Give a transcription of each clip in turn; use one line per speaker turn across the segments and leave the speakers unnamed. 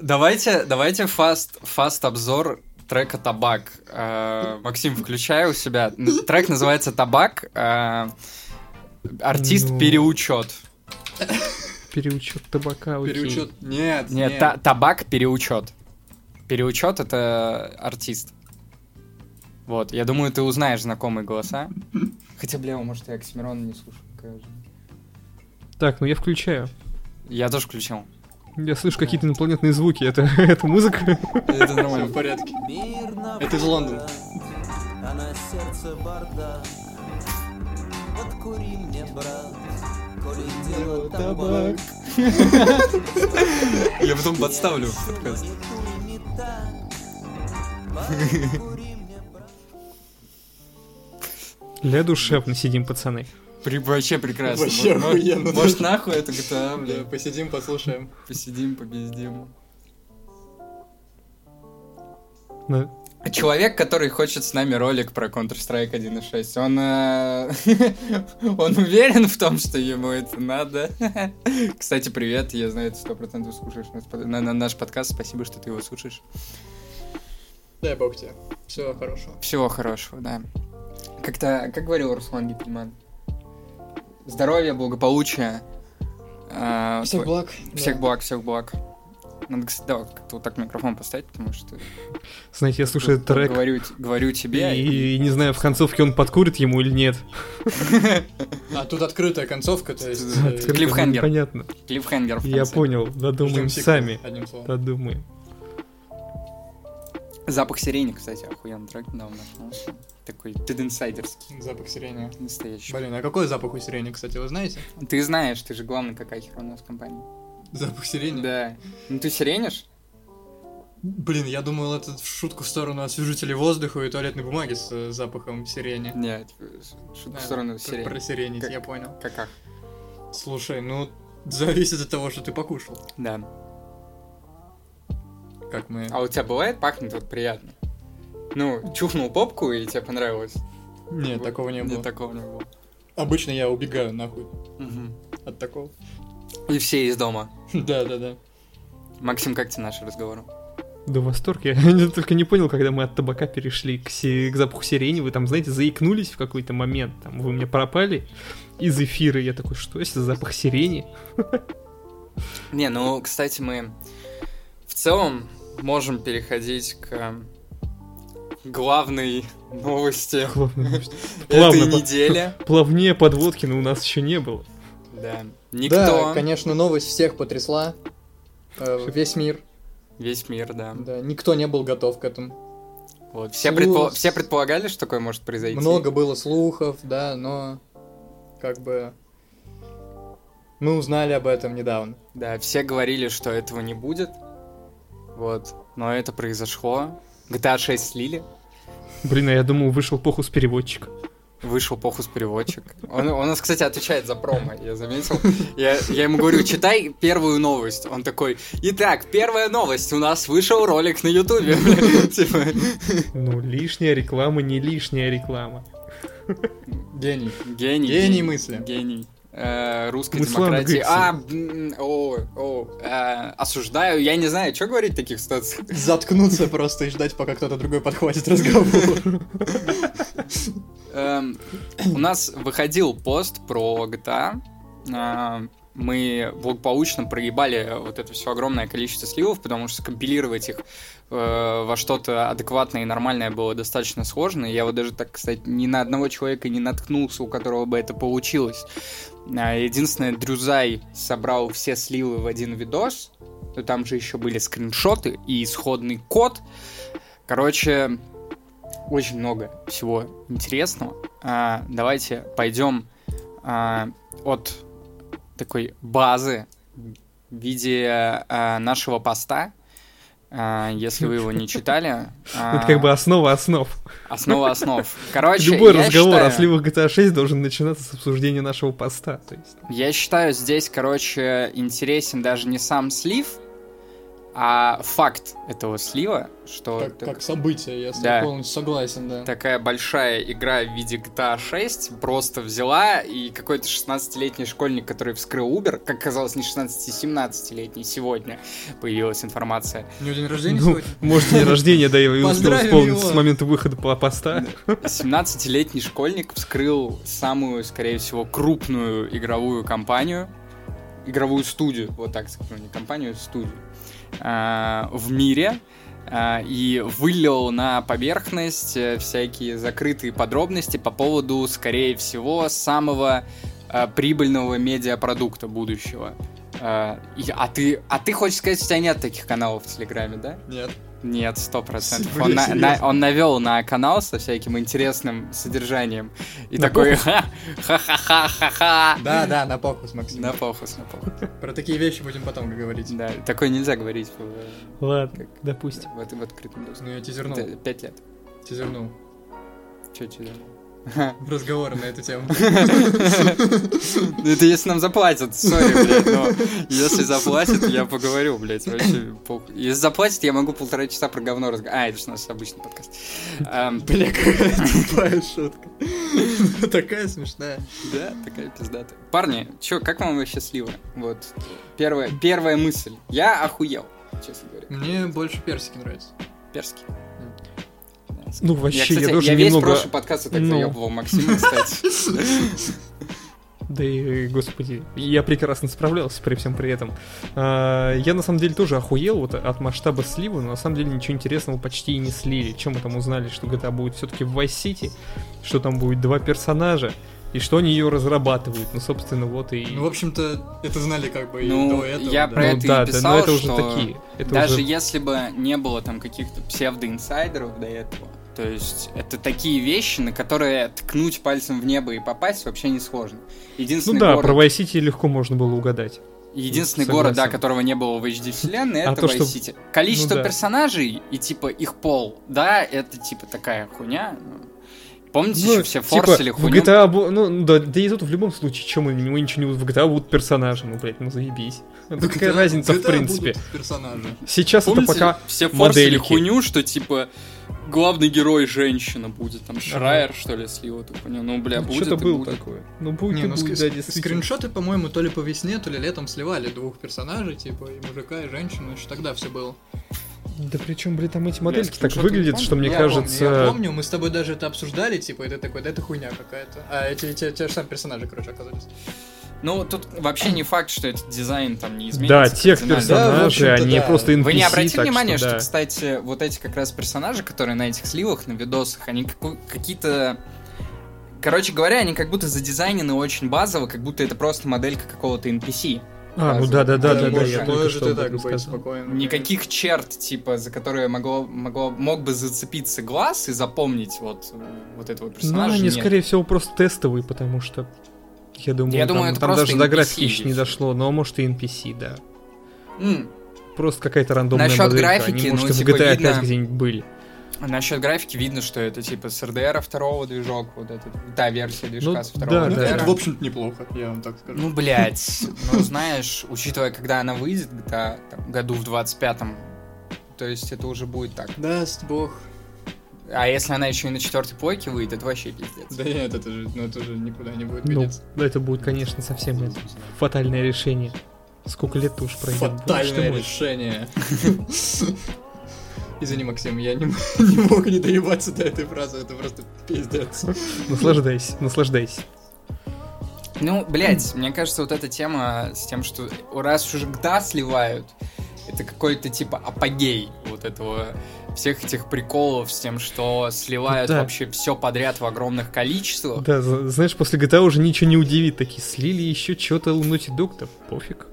Давайте, давайте фаст, фаст обзор трека «Табак». Э, Максим, включай у себя. Н- Трек называется «Табак». э, Артист
Ну.
переучет.
Переучет табака, окей.
Переучет. Нет,
Нет, та- табак переучет. Переучет это артист. Вот, я думаю, ты узнаешь знакомые голоса. Хотя, бля, может, я Оксимирона не слушаю. какая же.
Так, ну я включаю.
Я тоже включил.
Я слышу какие-то инопланетные звуки. Это, это музыка?
Это
Все в
нормально.
порядке.
Мирно
Это из Лондона.
А на сердце бардак Подкури мне, брат Коли дело табак
Я потом подставлю в
Чего
подкаст.
не кури, не так Подкури мне, брат
Для душевно сидим, пацаны.
При- Вообще прекрасно.
Вообще
Может,
охуенно.
Может, нахуй это GTA,
Бля,
бля.
посидим, послушаем.
Посидим, побездим.
На-
Человек, который хочет с нами ролик про Counter-Strike 1.6, он, э, он уверен в том, что ему это надо. Кстати, привет, я знаю, ты сто процентов слушаешь нас под- на, на наш подкаст, спасибо, что ты его слушаешь.
Дай бог тебе. Всего хорошего.
Всего хорошего, да. Как-то, как говорил Руслан Гительман, здоровья, благополучия, э,
Всех
п-
благ.
всех
Да.
благ, всех благ. Надо, кстати, да, вот как-то вот так микрофон поставить, потому что
Знаете, я слушаю этот трек
говорю, т- говорю тебе, и-
и, и не знаю, в концовке он подкурит ему или нет.
А тут открытая концовка, то есть...
Открытая.
э,
Открыто
Клиффхенгер.
непонятно.
клиффхенгер в
Я
конце.
понял,
ждем
додумаем
сиквел,
сами.
Одним словом.
Додумаем.
Запах сирени, кстати, охуенный трек недавно нашел. Такой дед-инсайдерский,
Запах сирени.
настоящий.
Блин, а какой запах у сирени, кстати, вы знаете?
Ты знаешь, ты же главный какахер у нас в компании.
Запах сирени?
Да. Ну ты сиренишь?
Блин, я думал, это в шутку в сторону освежителей воздуха и туалетной бумаги с э, запахом сирени.
Нет, шутку в сторону
Про-
сирени.
Про сирени,
Как-
я понял.
Каках.
Слушай, ну, зависит от того, что ты покушал.
Да.
Как мы...
А у тебя бывает пахнет вот приятно? Ну, чухнул попку и тебе понравилось?
Нет,
Вот.
такого не было.
Нет, такого не было.
Обычно я убегаю нахуй
Мгм.
от такого.
И все из дома.
Да, да, да.
Максим, как тебе наш разговор?
Да восторг. Я не- только не понял, когда мы от табака перешли к, си- к запаху сирени. Вы там, знаете, заикнулись в какой-то момент. Там вы у меня пропали из эфира. Я такой, что это за запах сирени?
Не, ну, кстати, мы в целом можем переходить к главной новости
Главное, что
этой
Плавно по-
недели.
плавнее подводки, но у нас еще не было.
Да. Никто.
конечно, новость всех потрясла. Э, Весь мир.
Весь мир, да.
Да, никто не был готов к этому.
Вот. Все,
Слух.
предпо- все предполагали, что такое может произойти.
Много было слухов, да, но как бы мы узнали об этом недавно.
Да, все говорили, что этого не будет. Вот. Но это произошло. GTA 6 слили.
Блин, а я думал, вышел похус переводчик.
Вышел похус переводчик. Он, он у нас, кстати, отвечает за промо, я заметил. Я, я ему говорю, читай первую новость. Он такой, итак, первая новость. У нас вышел ролик на Ютубе. Типа,
Ну, лишняя реклама, не лишняя реклама.
Гений.
Гений.
Гений мысли.
Гений. Э, русской
Мы с Ланой
демократии.
говорим
А, м, о, о, э, осуждаю. Я не знаю, что говорить в таких ситуациях.
Заткнуться просто и ждать, пока кто-то другой подхватит разговор.
Эм, у нас выходил пост про GTA. Э, мы благополучно проебали вот это все огромное количество сливов, потому что скомпилировать их э, во что-то адекватное и нормальное было достаточно сложно. Я вот даже так, кстати, ни на одного человека не наткнулся, у которого бы это получилось. А, Единственное, Дрюзай собрал все сливы в один видос. Но Там же еще были скриншоты и исходный код. Короче, очень много всего интересного. А, давайте пойдем а, от такой базы в виде а, нашего поста. А, если вы его не читали. а,
Это Ну, как бы основа основ.
Основа основ. Короче,
Любой
я
разговор
считаю-
о сливах GTA 6 должен начинаться с обсуждения нашего поста. То есть,
Я считаю, здесь, короче, интересен даже не сам слив, А факт этого слива, что
Как,
так-
как событие, я с
Да.
тобой полностью согласен, да.
такая большая игра в виде GTA 6 просто взяла, и какой-то 16-летний школьник, который вскрыл Uber, как казалось, не 16, 17-летний сегодня появилась информация.
У него день рождения
Ну,
сегодня?
может, день рождения, да, я его успел
Поздравим
вспомнить
его.
с момента выхода по- поста.
17-летний школьник вскрыл самую, скорее всего, крупную игровую компанию, игровую студию, вот так скажу, не компанию, а студию, а, в мире, а, и вылил на поверхность э, всякие закрытые подробности по поводу, скорее всего, самого э, прибыльного медиапродукта будущего. А и- а ты, а ты хочешь сказать, что у тебя нет таких каналов в Телеграме, да?
Нет.
Нет, сто процентов.
Блин,
Он, на- на-
серьезно?
он навел на канал со всяким интересным содержанием. И
На
такой «Ха, ха-ха-ха-ха-ха.
Да, да, на похус, Максим.
На похус, на похус.
Про такие вещи будем потом говорить.
Да, такое нельзя говорить в,
Ладно, допустим.
в, этом- в открытом доступе.
Ну, я тизернул.
Да, Пять лет.
Тизернул.
Че, че?
Разговоры на эту тему.
Ну, Это если нам заплатят, сори, блядь, но если заплатят, я поговорю, блядь, вообще пох- Если заплатят, я могу полтора часа про говно разговаривать. А, это же наш обычный подкаст. Ам,
Бля, какая тупая шутка. Ну, Такая смешная.
Да, такая пиздатая. Парни, чё, как вам вообще слива? Вот, первая, первая мысль. Я охуел, честно говоря.
Мне больше персики нравятся.
Перский.
Ну, вообще,
я,
я,
кстати,
тоже
я весь
немного...
прошлый подкаст вот так
Ну.
заебывал Максима, кстати.
Да и, господи, я прекрасно справлялся при всем при этом. А, Я, на самом деле, тоже охуел вот от масштаба слива, но, на самом деле, ничего интересного почти и не слили. Чем мы там узнали, что GTA будет все-таки в Vice City, что там будет два персонажа, и что они ее разрабатывают. Ну, собственно, вот и...
Ну, в общем-то, это знали как бы и
Ну,
до этого.
я
да.
про это и
да, да,
писал,
но это уже
что
такие. Это
Даже
уже-
если бы не было там каких-то псевдоинсайдеров до этого, то есть это такие вещи, на которые ткнуть пальцем в небо и попасть вообще не сложно. Единственный
Ну да,
город,
про Vice City легко можно было угадать.
Единственный
Ну, Согласен.
город, да, которого не было в HD вселенной,
А
это
то,
Vice
что-
City. Количество
ну да.
персонажей и типа их пол, да, это типа такая хуйня. ну. Помните,
Ну,
еще все
типа,
форсили
в
хуйню?
GTA, бу- ну, да, да и тут в любом случае, чем мы, мы ничего не... В GTA будут персонажи, ну, блядь, ну, заебись. Ну, какая
Да,
разница, в
GTA
принципе.
будут персонажи.
Сейчас
Помните,
это пока...
все форсили
модельки.
хуйню, что типа главный герой женщина будет, там Шрайер, что ли, слил эту хуйню. Ну, бля,
Ну,
будет
Что-то
и
было
будет.
такое. Ну, будет
Не,
и
ну,
будет,
ск-
да,
ск-
действительно.
скриншоты, по-моему, то ли по весне, то ли летом сливали двух персонажей, типа, и мужика, и женщину, еще тогда все было.
Да причем, блин, там эти
Бля,
модельки так
скриншоты не
выглядят,
помню.
что мне
Я
кажется...
помню, я помню, мы с тобой даже это обсуждали, типа, и ты такой, да это хуйня какая-то. А эти те, те же самые персонажи, короче, оказались.
Ну, тут вообще не факт, что этот дизайн там не изменится.
Да, тех
кардинально.
Да, в
персонажей,
общем-то,
они
да.
просто NPC,
Вы не обратили
так
внимание, что,
что, да.
кстати, вот эти как раз персонажи, которые на этих сливах, на видосах, они каку- какие-то... Короче говоря, они как будто задизайнены очень базово, как будто это просто моделька какого-то NPC.
А, ну да, да, да, да, да,
Боже,
я только
Э, Может,
что
и
об
так
этом
быть
сказал.
спокойно.
Никаких черт, типа, за которые могло, могло, мог бы зацепиться глаз и запомнить вот, э, вот этого
Ну,
персонажа.
они,
нет.
скорее всего, просто тестовые, потому что... Я думаю,
Я
там,
думаю, это
там
просто
даже до
NPC
графики еще
здесь.
не дошло, но может и NPC, да.
М,
Просто какая-то рандомная
Насчет
моделька,
графики,
они, может,
ну,
и в
типа,
GTA
видно-
опять где-нибудь были.
А Насчет графики видно, что это типа с РДР второго движок, вот эта та версия движка
Ну,
с второго
да,
Ну,
да.
RDR.
это, в общем-то, неплохо, я вам так скажу.
Ну, блядь, ну, знаешь, учитывая, когда она выйдет, GTA, там, году в 25-м, то есть это уже будет так.
Даст бог.
А если она еще и на четвертой плойке выйдет, это вообще пиздец.
Да нет, это же, ну, это же никуда не будет
Ну,
годиться.
да, это будет, конечно, совсем это, фатальное решение. Сколько лет уж пройдет? боже ты
Фатальное
мой.
решение. Извини, Максим, я не, м- не мог не доебаться до этой фразы, это просто пиздец.
Наслаждайся, наслаждайся.
Ну, блядь, мне кажется, вот эта тема с тем, что раз уже GTA сливают, это какой-то типа апогей вот этого всех этих приколов с тем, что сливают
Да.
вообще все подряд в огромных количествах.
Да, за- знаешь, после GTA уже ничего не удивит. Такие слили еще что-то у Naughty Dog, да пофиг.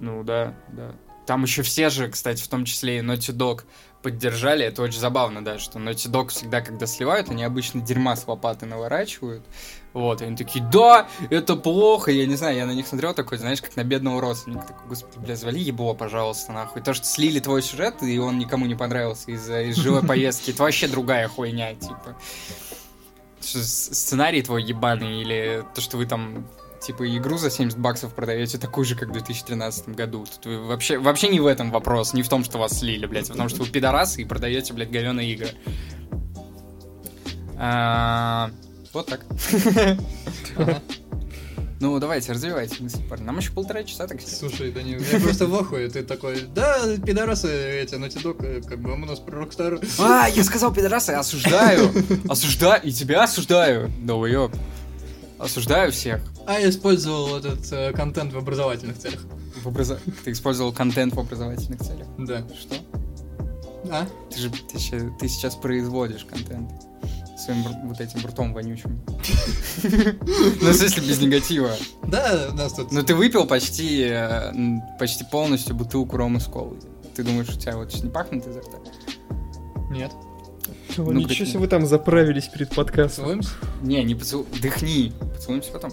Ну да, да. Там еще все же, кстати, в том числе и Naughty Dog поддержали. Это очень забавно, да, что Naughty Dog всегда, когда сливают, они обычно дерьма с лопаты наворачивают. Вот, и они такие, да, это плохо. Я не знаю, я на них смотрел такой, знаешь, как на бедного родственника. Такой, господи, бля, звали ебло, пожалуйста, нахуй. То, что слили твой сюжет, и он никому не понравился из-за из живой поездки, это вообще другая хуйня, типа. Что с- Сценарий твой ебаный, или то, что вы там типа игру за 70 баксов продаете такую же, как в 2013 году. Тут вы вообще, вообще не в этом вопрос, не в том, что вас слили, блядь, а в том, что вы пидорасы и продаете, блядь, говёные игры. А, Вот так.
Ага.
Ну, давайте, развивайте мысль, парни. Нам еще полтора часа так сидеть.
Слушай, Данил, я просто в ахуе, ты такой, да, пидорасы эти, ну тидок, э, как бы, он у нас про Рокстару.
А, я сказал пидорасы, осуждаю. Осуждаю, и тебя осуждаю, долбоёб. Осуждаю всех.
А я использовал этот э, контент в образовательных целях.
В образо- Ты использовал контент в образовательных целях.
Да.
Что?
А?
Ты же ты ща- ты сейчас производишь контент своим бр- вот этим ртом вонючим. Ну, в смысле, без негатива.
Да, у нас тут...
Но Ну ты выпил почти э, м, почти полностью бутылку рома с колой. Ты думаешь, у тебя вот сейчас не пахнет изо рта?
Нет.
Чего,
Ну,
ничего
прикинь.
себе вы там заправились перед подкастом.
Целуемся?
Не, не поцелуй. Дыхни. Поцелуемся потом.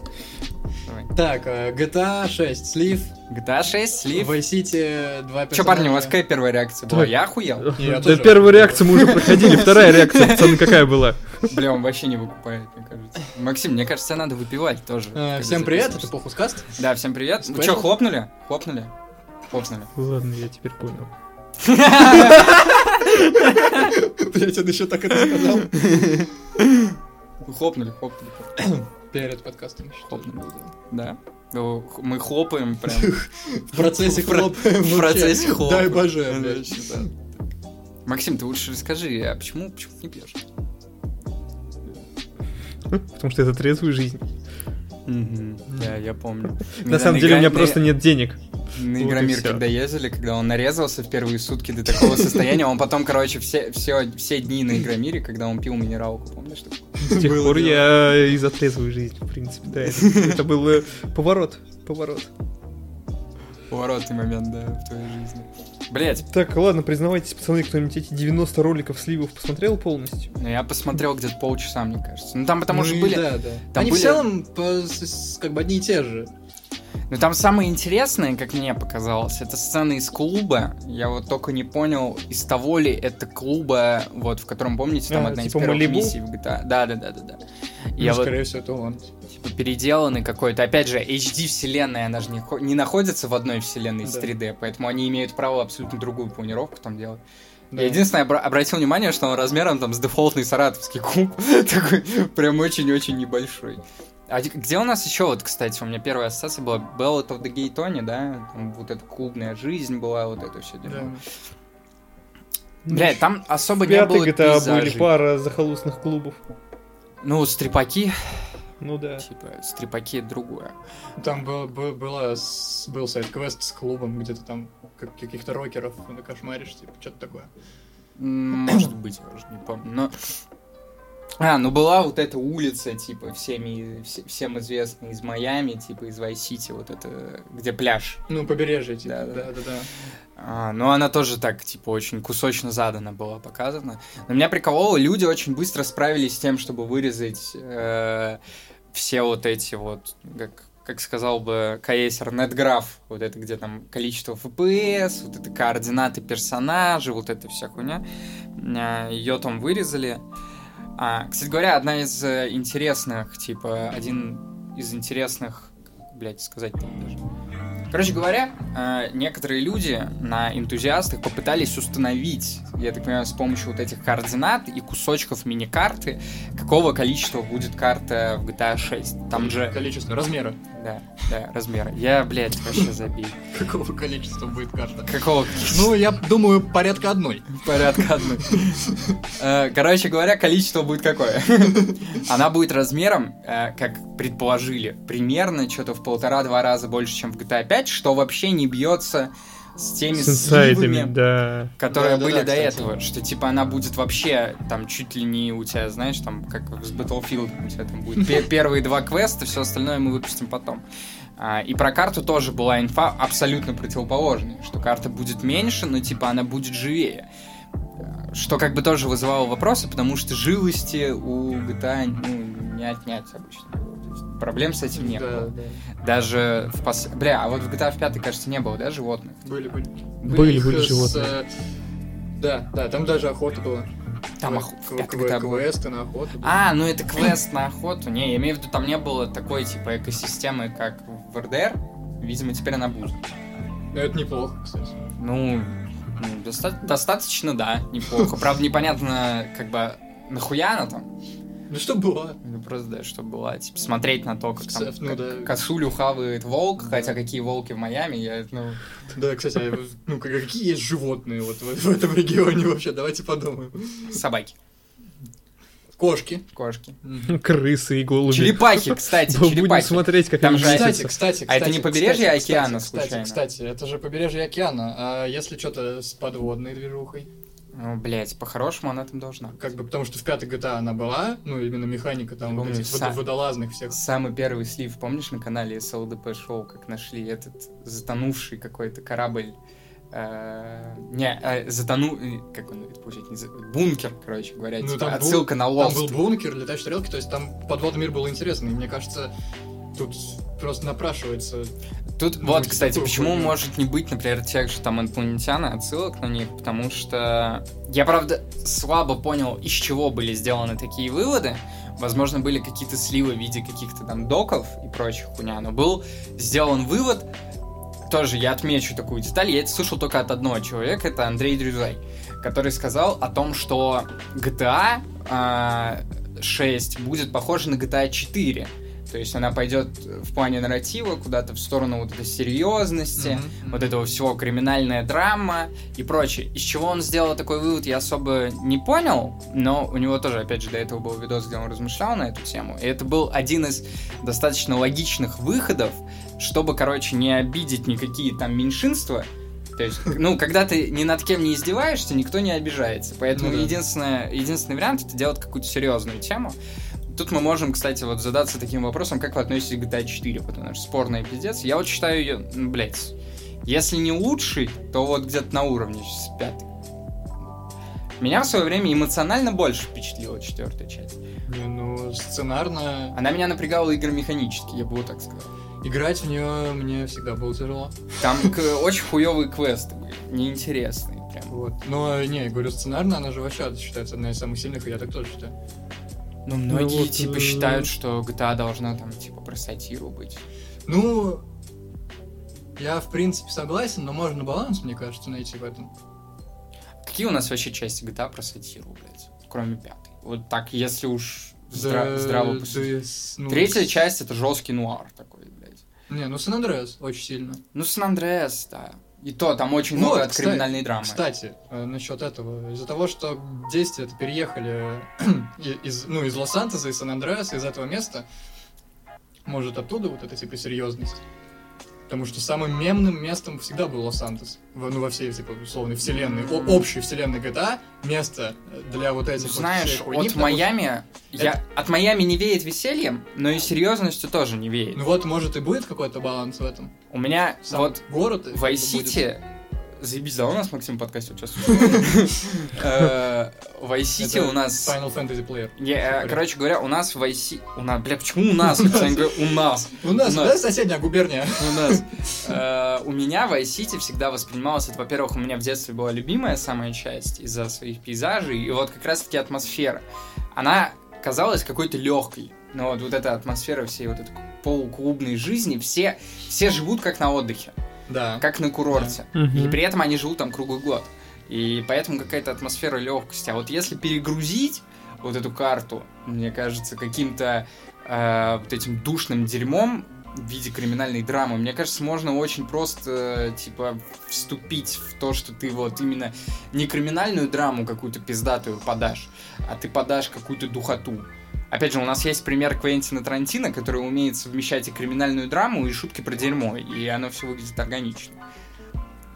Давай.
Так, э, GTA 6, слив,
GTA 6, А слив.
в City 2
Че, парни, у вас какая первая реакция была?
Давай.
Я охуел?
Ну, Я
Да,
тоже.
первую реакцию мы уже проходили, вторая реакция, пацаны, какая была?
Бля, он вообще не выкупает, мне кажется. Максим, мне кажется, надо выпивать тоже. когда
Э, Всем привет, это
записываешься.
Похускаст.
Да, всем привет. Вы
Спасибо.
что, хлопнули? Хлопнули? Хлопнули.
Ладно, я теперь понял.
Блять, он еще так это сказал.
Ну, Хлопнули, хлопнули, хлопнули.
Перед подкастом еще.
Хлопнули. Да. Ну, х- Мы хлопаем прям.
В процессе
В про-
хлопаем.
в
вообще.
процессе хлопаем.
Дай боже, блядь.
Короче, да. Максим, ты лучше расскажи, а почему, почему ты не пьешь?
Потому что это трезвая жизнь.
Да, я помню.
На самом деле у меня просто нет денег.
На
Вот и
Игромир,
всё.
когда ездили, когда он нарезался в первые сутки до такого состояния, он потом, короче, все, все, все дни на Игромире, когда он пил минералку, помнишь? такое?
С тех
Было
пор
дело.
я и за трезвую жизнь, в принципе, да. Это это был э, поворот, поворот.
Поворотный момент, да, в твоей жизни. Блять,
Так, ладно, признавайтесь, пацаны, кто-нибудь эти 90 роликов сливов посмотрел полностью?
ну я посмотрел где-то полчаса, мне кажется. Ну там потому
Ну
что
и
были...
Да, да.
там
Они в
были-
целом по- с- с- как бы одни и те же.
Ну там самое интересное, как мне показалось, это сцена из клуба. Я вот только не понял, из того ли это клуба, вот в котором, помните, там
А,
одна из
типа
первых
Malibu?
миссий в GTA. Да, да, да, да, да. Я
Ну,
вот
Скорее всего, это он.
типа, переделанный какой-то. Опять же, HD вселенная, она же не, хо- не находится в одной вселенной с
Да.
3D, поэтому они имеют право абсолютно другую планировку там делать.
Да.
Я единственное, обра- обратил внимание, что он размером там с дефолтный саратовский куб. Такой прям очень-очень небольшой. А ди- где у нас еще, вот, кстати, у меня первая ассоциация была Ballad of the Gay Tony, да? Там вот эта клубная жизнь была, вот это все
Да.
дерьмо. Блядь, там особо не
Пятый
было
GTA
пейзажей.
были пара захолустных клубов.
Ну, стрипаки,
Ну да.
типа, стрипаки это другое.
Там был, был, была с- был сайт-квест с клубом, где-то там как- каких-то рокеров кошмаришь, типа, что-то такое.
М, Может быть, я уже не помню. Но... А, ну была вот эта улица, типа, всеми, вс- всем известная из Майами, типа, из Вай-Сити, вот это, где пляж.
Ну, побережье, типа,
Да-да.
да-да-да.
А, ну, она тоже так, типа, очень кусочно задана была показана. Но меня прикололо, люди очень быстро справились с тем, чтобы вырезать э, все вот эти вот, как, как сказал бы Каесер, NetGraph, вот это где там количество FPS, вот это координаты персонажей, вот эта вся хуйня. Ее э, там вырезали. А, кстати говоря, одна из э, интересных, типа, один из интересных, блять, сказать там даже. Короче говоря, э, некоторые люди на энтузиастах попытались установить, я так понимаю, с помощью вот этих координат и кусочков миникарты, какого количества будет карта в GTA 6. Там же...
Количество, размера.
Да, да, размеры. Я, блядь, вообще забил.
Какого количества будет карта?
Какого
Ну, я думаю, порядка одной.
порядка одной. Э, Короче говоря, количество будет какое? Она будет размером, э, как предположили, примерно что-то в полтора-два раза больше, чем в GTA 5, что вообще не бьется с теми
С инсайдами,
сливами,
да.
которые
Да-да-да,
были до
кстати.
этого, что типа она будет вообще там чуть ли не у тебя, знаешь, там как с Battlefield у тебя там будет пе- первые два квеста, все остальное мы выпустим потом. А, И про карту тоже была инфа абсолютно противоположная, что карта будет меньше, но типа она будет живее. Что как бы тоже вызывало вопросы, потому что живости у GTA ну, не отнять обычно. То есть Проблем с этим не
Да,
было. Даже в пос... Бля, а вот в GTA в 5, кажется, не было, да, животных?
Были, были.
Были, были
Их с,
животные.
э, Да, да, там даже охота была.
Там
Кве-
оху-
кве-
это
кве-
GTA был.
квесты на охоту. да.
А, ну это квест на охоту. Не, я имею в виду, там не было такой, типа, экосистемы, как в РДР. Видимо, теперь она будет.
Ну, это неплохо, кстати.
Ну, ну, доста- достаточно, да, неплохо. Правда, непонятно, как бы, нахуя она там.
Ну что было?
Ну, просто, да, что было, типа, смотреть на то, как там
Сеф, ну
как
да.
косулю хавает волк, хотя какие волки в Майами, я, ну...
Да, кстати, а, ну как- какие есть животные вот в, в этом регионе вообще? Давайте подумаем.
Собаки,
Кошки.
кошки.
Крысы и голуби.
Черепахи, кстати,
Мы будем
черепахи.
смотреть, как
Там
они
же
летят.
Кстати, кстати, кстати.
А это не побережье
кстати, кстати,
океана,
кстати,
случайно?
Кстати, это же побережье океана. А если что-то с подводной движухой?
Ну, блядь, по-хорошему она там должна. быть.
Как бы, потому что в пятой GTA она была, ну, именно механика там, вот
Помню,
этих
са-
водо- водолазных всех.
Самый первый слив, помнишь, на канале СЛДП шоу, как нашли этот затонувший какой-то корабль? э, не, э, затону... э, Как он это получается? Не за- Бункер, короче говоря.
Ну,
типа,
там бу-
отсылка на
Там
Lost.
был бункер, летающие тарелки, то есть там подводный мир был интересный. Мне кажется, тут просто напрашивается.
Тут
Ну,
вот,
типа,
кстати,
такую
почему
хуйню.
может не быть, например, тех же там инопланетян и отсылок на них, потому что я, правда, слабо понял, из чего были сделаны такие выводы. Возможно, были какие-то сливы в виде каких-то там доков и прочих хуйня, но был сделан вывод, тоже я отмечу такую деталь, я это слышал только от одного человека, это Андрей Дрюзай, который сказал о том, что GTA а, 6 будет похожа на GTA 4. То есть она пойдет в плане нарратива куда-то в сторону вот этой серьезности,
Мгм.
вот этого всего криминальная драма и прочее. Из чего он сделал такой вывод, я особо не понял, но у него тоже, опять же, до этого был видос, где он размышлял на эту тему. И это был один из достаточно логичных выходов, чтобы, короче, не обидеть никакие там меньшинства. То есть, ну, когда ты ни над кем не издеваешься, никто не обижается. Поэтому
Ну да.
единственное, единственный вариант это делать какую-то серьезную тему. Тут мы можем, кстати, вот задаться таким вопросом, как вы относитесь к GTA 4, потому что спорная пиздец. Я вот считаю ее, ну, блядь, если не лучший, то вот где-то на уровне с пятой. Меня в свое время эмоционально больше впечатлила четвертая часть.
Не, ну, сценарно.
Она меня напрягала игры механически, я бы вот так сказал.
Играть в нее мне всегда было тяжело.
Там к- очень хуевые квесты были, неинтересные прям.
Вот. Но не, я говорю, сценарно она же вообще считается одной из самых сильных, и я так тоже считаю.
Ну, многие
вот,
типа
э,
считают, что GTA должна там типа про сатиру быть.
Ну, я в принципе согласен, но можно баланс, мне кажется, найти в этом.
Какие у нас вообще части GTA про сатиру, блядь? Кроме пятой. Вот так, если уж здра-
Да,
здраво
да,
посудить.
с- ну,
Третья
с-
часть это жесткий нуар такой, блядь.
Не, ну Сан Андреас очень сильно.
Ну, Сан Андреас, да. И то, там очень
Вот,
много от
кстати,
криминальной драмы.
Кстати, э, насчет этого, из-за того, что действия переехали и- из, ну, из Лос-Антоса, из Сан-Андреаса, из этого места, может, оттуда вот эта, типа, серьезность. Потому что самым мемным местом всегда был Лос-Антос. Во- ну, во всей, типа, условной вселенной, о- общей вселенной GTA, место для вот этих вот
Знаешь,
всей
от
хуйни, потому что-
Майами... Я... От Майами не веет весельем, но и серьезностью тоже не веет.
Ну вот, может, и будет какой-то баланс в этом.
У меня
Сам
вот
город...
в iCity... Заебись, да, у нас Максим в подкасте участвует. Э, В iCity
Это
у нас...
Final Fantasy Player.
Я, э, Короче говоря, у нас в iCity... У нас, бля, почему у нас? Я постоянно говорю, У нас.
У
У
нас,
нас.
да, соседняя губерния.
У нас. Э, У меня Vice City всегда воспринималось, это, во-первых, у меня в детстве была любимая самая часть из-за своих пейзажей, и вот как раз-таки атмосфера. Она казалась какой-то легкой. Но вот, вот эта атмосфера всей вот этой полуклубной жизни, все, все живут как на отдыхе,
Да.
как на курорте.
Мгм.
И при этом они живут там круглый год. И поэтому какая-то атмосфера легкости. А вот если перегрузить вот эту карту, мне кажется, каким-то э, вот этим душным дерьмом в виде криминальной драмы, мне кажется, можно очень просто, э, типа, вступить в то, что ты вот именно не криминальную драму какую-то пиздатую подашь, а ты подашь какую-то духоту. Опять же, у нас есть пример Квентина Тарантино, который умеет совмещать и криминальную драму, и шутки про дерьмо, и оно все выглядит органично.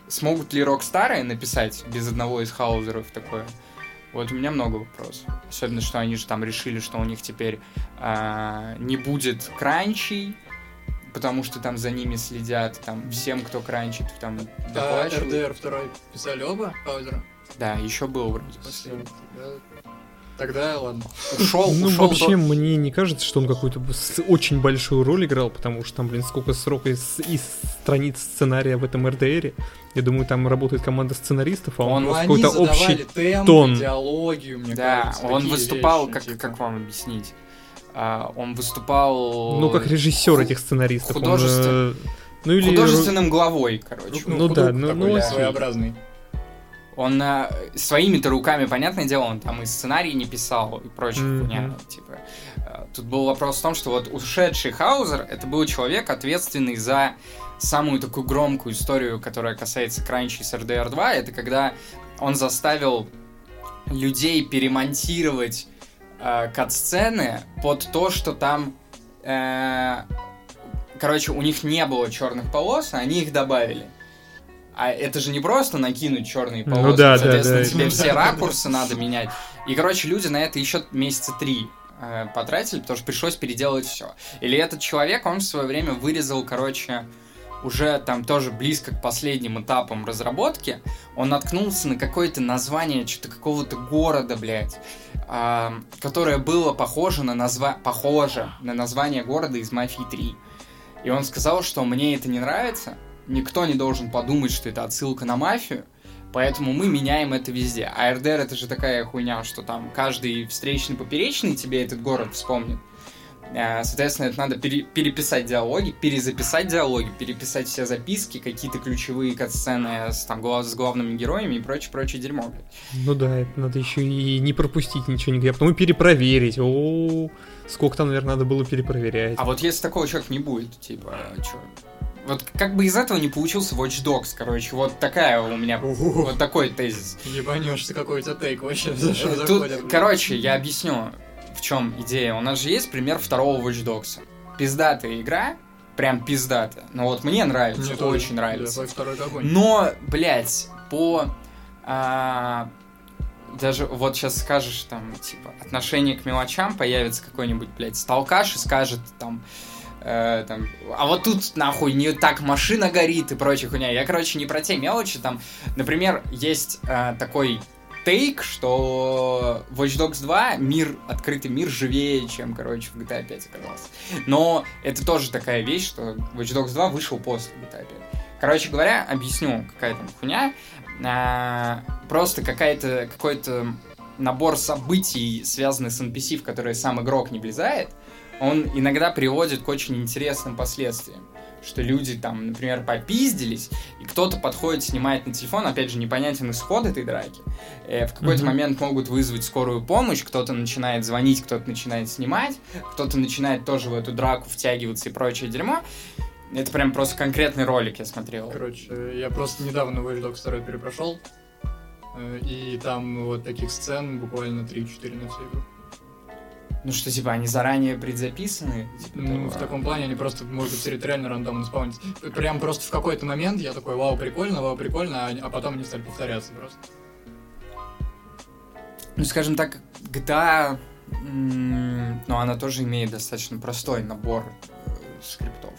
Смогут ли рок-стары написать без одного из хаузеров такое? Вот у меня много вопросов. Особенно, что они же там решили, что у них теперь а, не будет кранчей, потому что там за ними следят, там всем, кто кранчит, там
А
доплачивают.
РДР 2 писали оба Паузера?
Да, еще было вроде.
Последний. Да. Тогда ладно.
Ушел,
Ну,
ушел.
вообще, мне не кажется, что он какую-то бы с- очень большую роль играл, потому что там, блин, сколько срока из, из страниц сценария в этом РДРе. Я думаю, там работает команда сценаристов, а он,
Ну,
просто
они
какой-то
задавали
общий...
темп,
тон.
идеологию, мне
Да,
кажется,
он
такие
выступал,
вещи,
как,
типа.
как вам объяснить? А, он выступал...
Ну, как режиссер
ху-
этих сценаристов. он,
художествен-
э, ну, или...
Художественным главой, короче.
Ну да,
худрук
ну-
такой
ну окей.
своеобразный.
Он э, своими-то руками, понятное дело, он там и сценарий не писал, и прочее
Мгм.
хуйня, типа. Э, Тут был вопрос в том, что вот ушедший Хаузер, это был человек, ответственный за самую такую громкую историю, которая касается Кранчи с RDR 2, это когда он заставил людей перемонтировать э, кат-сцены под то, что там... э, короче, у них не было черных полос, а они их добавили. А это же не просто накинуть черные
Ну
полосы,
да, да,
соответственно,
да.
тебе все
Да, да, да.
ракурсы надо менять. И, короче, люди на это еще месяца три э, потратили, потому что пришлось переделывать все. Или этот человек, он в свое время вырезал, короче, уже там тоже близко к последним этапам разработки, он наткнулся на какое-то название что-то какого-то города, блядь, а, которое было похоже на, назва... похоже на название города из «Мафии 3». И он сказал, что мне это не нравится, никто не должен подумать, что это отсылка на «Мафию», Поэтому мы меняем это везде. А РДР это же такая хуйня, что там каждый встречный поперечный тебе этот город вспомнит. Э, Соответственно, это надо пере- переписать диалоги, перезаписать диалоги, переписать все записки, какие-то ключевые катсцены с, там, гла- с главными героями и прочее-прочее дерьмо. блядь.
Ну да, это надо еще и не пропустить ничего нигде, а потом и перепроверить. О, сколько там, наверное, надо было перепроверять.
А вот если такого человека не будет, типа, чё? Вот как бы из этого не получился Watch Dogs, короче. Вот такая у меня, вот такой тезис.
Ебанешься, какой у тебя тейк вообще, за что Ну,
Тут,
заходят.
короче, я объясню, в чем идея. У нас же есть пример второго Watch Dogs. Пиздатая игра, прям пиздатая. Ну вот мне нравится,
Мне тоже.
очень нравится.
Да, второй огонь.
Но, блядь, по... а, даже вот сейчас скажешь, там, типа, отношение к мелочам появится какой-нибудь, блядь, столкаш и скажет, там, э, там, а вот тут, нахуй, не так машина горит и прочая хуйня. Я, короче, не про те мелочи, там, например, есть э, такой тейк, что Watch Dogs 2 мир, открытый мир живее, чем, короче, в GTA 5 оказался. Но это тоже такая вещь, что Watch Dogs 2 вышел после GTA 5. Короче говоря, объясню, какая там хуйня. А, просто какая-то, какой-то набор событий, связанных с NPC, в которые сам игрок не влезает, он иногда приводит к очень интересным последствиям. Что люди там, например, попиздились, и кто-то подходит, снимает на телефон, опять же, непонятен исход этой драки. Э, в какой-то
Мгм.
момент могут вызвать скорую помощь, кто-то начинает звонить, кто-то начинает снимать, кто-то начинает тоже в эту драку втягиваться и прочее дерьмо. Это прям просто конкретный ролик я смотрел.
Короче, я просто недавно Watch Dogs 2 перепрошел. э, И там вот таких сцен буквально 3-4 на всю игру.
Ну что, типа, они заранее предзаписаны? Типа
Ну,
того.
в таком плане они просто могут территориально рандомно спаунить. Прям просто в какой-то момент я такой, вау, прикольно, вау, прикольно, а они- а потом они стали повторяться просто.
Ну, скажем так, GTA, м, ну, она тоже имеет достаточно простой набор э, скриптов.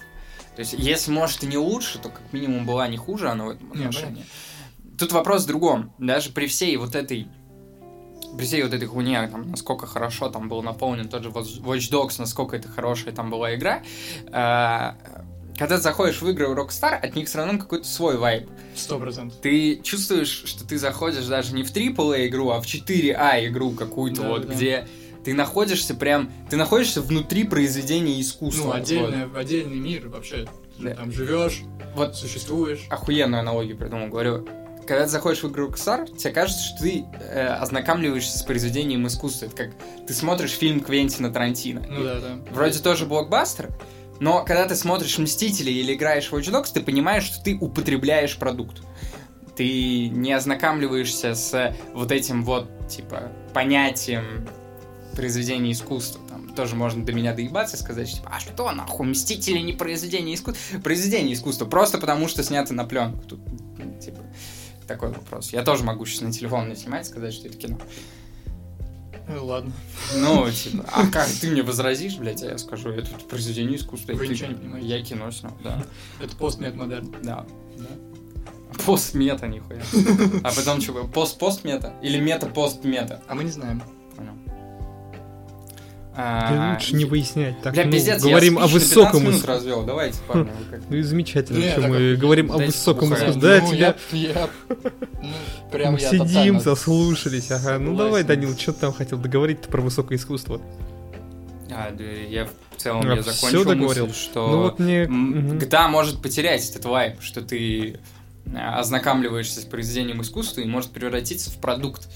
То есть, если, может, и не лучше, то как минимум была не хуже она в этом
Не,
отношении. Тут вопрос в другом. Даже при всей вот этой при всей вот этой хуйне, там, насколько хорошо там был наполнен тот же Watch Watch Dogs, насколько это хорошая там была игра, э, когда ты заходишь в игры Rockstar, от них все равно какой-то свой вайб.
Сто процентов.
ты чувствуешь, что ты заходишь даже не в AAA игру, а в 4А игру какую-то,
Да,
вот
да.
где ты находишься прям, ты находишься внутри произведения искусства.
Ну,
Вот.
отдельный, отдельный мир вообще.
Да.
Там живешь,
Вот.
существуешь.
Охуенную аналогию придумал, говорю. Когда ты заходишь в игру Ксар, тебе кажется, что ты э, ознакомливаешься с произведением искусства. Это как ты смотришь фильм Квентина Тарантино.
Ну да, да.
Вроде тоже блокбастер, но когда ты смотришь Мстители или играешь в Watch Dogs, ты понимаешь, что ты употребляешь продукт. Ты не ознакомливаешься с э, вот этим вот, типа, понятием произведения искусства. Там тоже можно до меня доебаться и сказать, типа, а что нахуй, Мстители не произведение искусства? Произведение искусства, просто потому что снято на пленку. Тут, ну, типа, такой вопрос. Я тоже могу сейчас на телефон наснимать и сказать, что это кино.
Ну, ладно.
Ну, типа, а как ты мне возразишь, блядь, а я скажу, это тут произведение искусства.
Вы
я
ничего
кино-
не понимаете.
Я кино снял, да.
Это постмедмодерн.
Да. Постмета, нихуя. А потом что, пост-постмета? Или мета-постмета?
А мы не знаем.
Понял. А,
Да ну, лучше не выяснять. Так,
Бля,
ну,
пиздец, я
говорим о
спич на 15
высоком
минут
искусстве.
развел. Давайте, парни, вы как-
Ну и замечательно,
Не,
что
так
мы говорим о
дайте
высоком
бухать.
искусстве. Да,
ну,
тебя
Я, я- ну, прям
мы
я
сидим,
тотально
заслушались. Ага, ну давай,
согласен.
Данил, что ты там хотел договорить-то про высокое искусство?
А, да, я в целом
А,
я
всё
закончил
договорил.
мысль, что
Ну вот мне...
м,
мгм.
GTA может потерять этот вайп, что ты а, ознакомливаешься с произведением искусства и может превратиться в продукт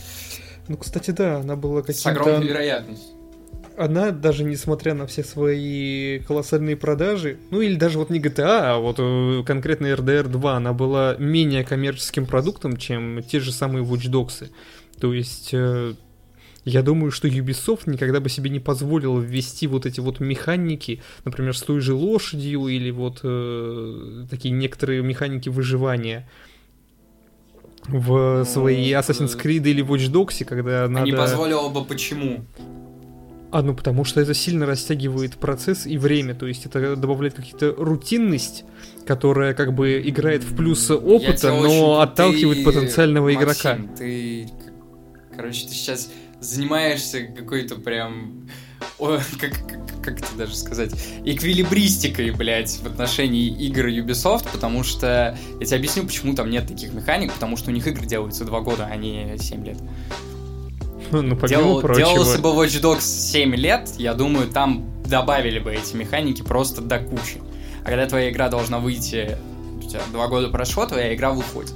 Ну, кстати, да, она была
с огромной
каким-то...
вероятностью.
Она, даже несмотря на все свои колоссальные продажи, ну или даже вот не GTA, а вот э, конкретно RDR 2, она была менее коммерческим продуктом, чем те же самые Watch Dogs. То есть... э, Я думаю, что Ubisoft никогда бы себе не позволила ввести вот эти вот механики, например, с той же лошадью или вот э, такие некоторые механики выживания в
Ну,
свои Assassin's
э,
Creed или Watch Dogs, когда надо...
А Не позволило бы почему.
А ну потому что это сильно растягивает процесс и время, то есть это добавляет какие-то рутинность, которая как бы играет в плюс
Я
опыта,
тебя
но
очень-
отталкивает
ты,
потенциального
Максим,
игрока.
Ты, к- короче, ты сейчас занимаешься какой-то прям, о, как, как- как это даже сказать, эквилибристикой, блядь, в отношении игр Ubisoft, потому что я тебе объясню, почему там нет таких механик, потому что у них игры делаются два года, а не 7 лет.
Ну, помимо
Делал-
прочего.
делался бы Watch Dogs 7 лет, я думаю, там добавили бы эти механики просто до кучи. А когда твоя игра должна выйти, у тебя два года прошло, твоя игра выходит.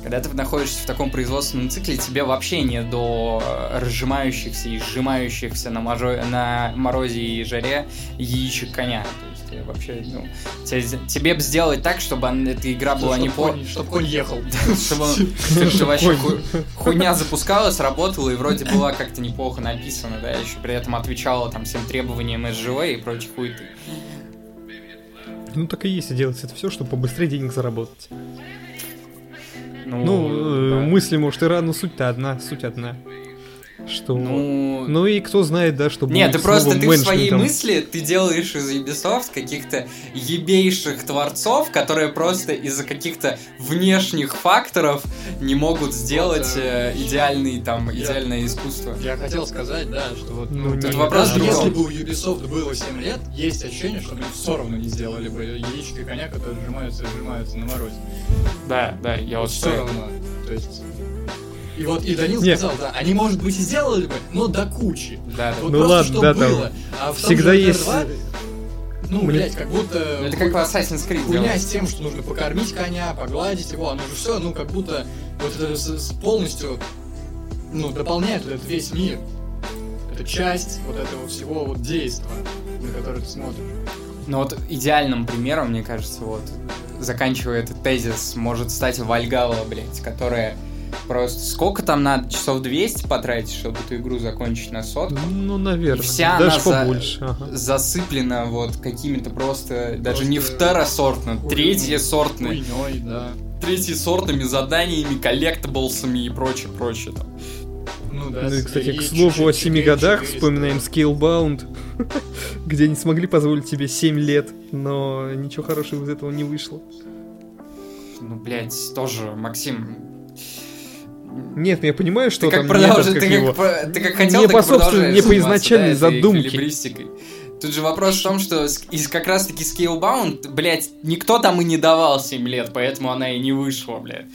Когда ты находишься в таком производственном цикле, тебе вообще не до э, разжимающихся и сжимающихся на, мажо- на морозе и жаре яичек коня. То есть тебе вообще, ну, те- тебе, бы сделать так, чтобы он- эта игра была не по...
Чтобы конь ехал.
Чтобы он- чтобы вообще ху- хуйня запускалась, работала и вроде была как-то неплохо написана, да, еще при этом отвечала там всем требованиям SGV и прочей хуеты.
Ну так и есть, и делается это все, чтобы побыстрее денег заработать.
Ну,
Ну, э,
да.
мысли, может, и рано, но суть-то одна, суть одна. Что... Ну...
Ну,
и кто знает, да, что
Нет,
будет
ты
с
просто
новым
ты в своей
менеджментом.
мысли ты делаешь из Ubisoft каких-то ебейших творцов, которые просто из-за каких-то внешних факторов не могут сделать
Вот, э,
э, идеальный там
я-
идеальное искусство.
Я хотел сказать, да, что вот...
Ну,
как
тут
бы,
вопрос в другом.
даже если бы у Ubisoft было 7 лет, есть ощущение, что они все равно не сделали бы яички коня, которые сжимаются и сжимаются на морозе.
Да, да, я вот
Все равно. То есть... И вот и Данил
Нет.
сказал, да, они, может быть, и сделали бы, но до кучи.
Да,
Вот
Ну
просто,
ладно,
что
да, там
было. А в том
Всегда
же
есть...
R2, ну,
Мне-
блядь, как будто...
Это как в Assassin's Creed.
Хуйня
делалось.
с тем, что нужно покормить коня, погладить его, оно же все, ну, как будто вот это с- с полностью, ну, дополняет вот этот весь мир. Это часть вот этого всего вот действа, на которое ты смотришь.
Но Ну вот идеальным примером, мне кажется, вот, заканчивая этот тезис, может стать Вальгала, блядь, которая просто... Сколько там надо? Часов 200 потратить, чтобы эту игру закончить на сотку?
Ну, наверное.
И вся она
Даже
за-
побольше. ага.
Засыплена вот какими-то просто, даже не
Просто
второсортно,
хуй-
третьесортными,
Хуйней, да.
третьесортными заданиями, коллектаблсами и прочее, прочее. там.
Ну, да.
Ну и,
с-
кстати, к
и
слову о 7
4,
годах
400.
вспоминаем Scalebound, где не смогли позволить тебе 7 лет, но ничего хорошего из этого не вышло.
Ну, блядь, тоже, Максим...
Нет, ну я понимаю, что
Ты как,
там
продолж- ты,
нет, как
как
его.
про- ты как хотел,
Не
так
по
и продолжаешь
собственной, не по
заниматься,
изначальной
да, этой
задумке.
эквилибристикой. Тут же вопрос в том, что с- из как раз таки Scalebound, блядь, никто там и не давал 7 лет, поэтому она и не вышла, блядь.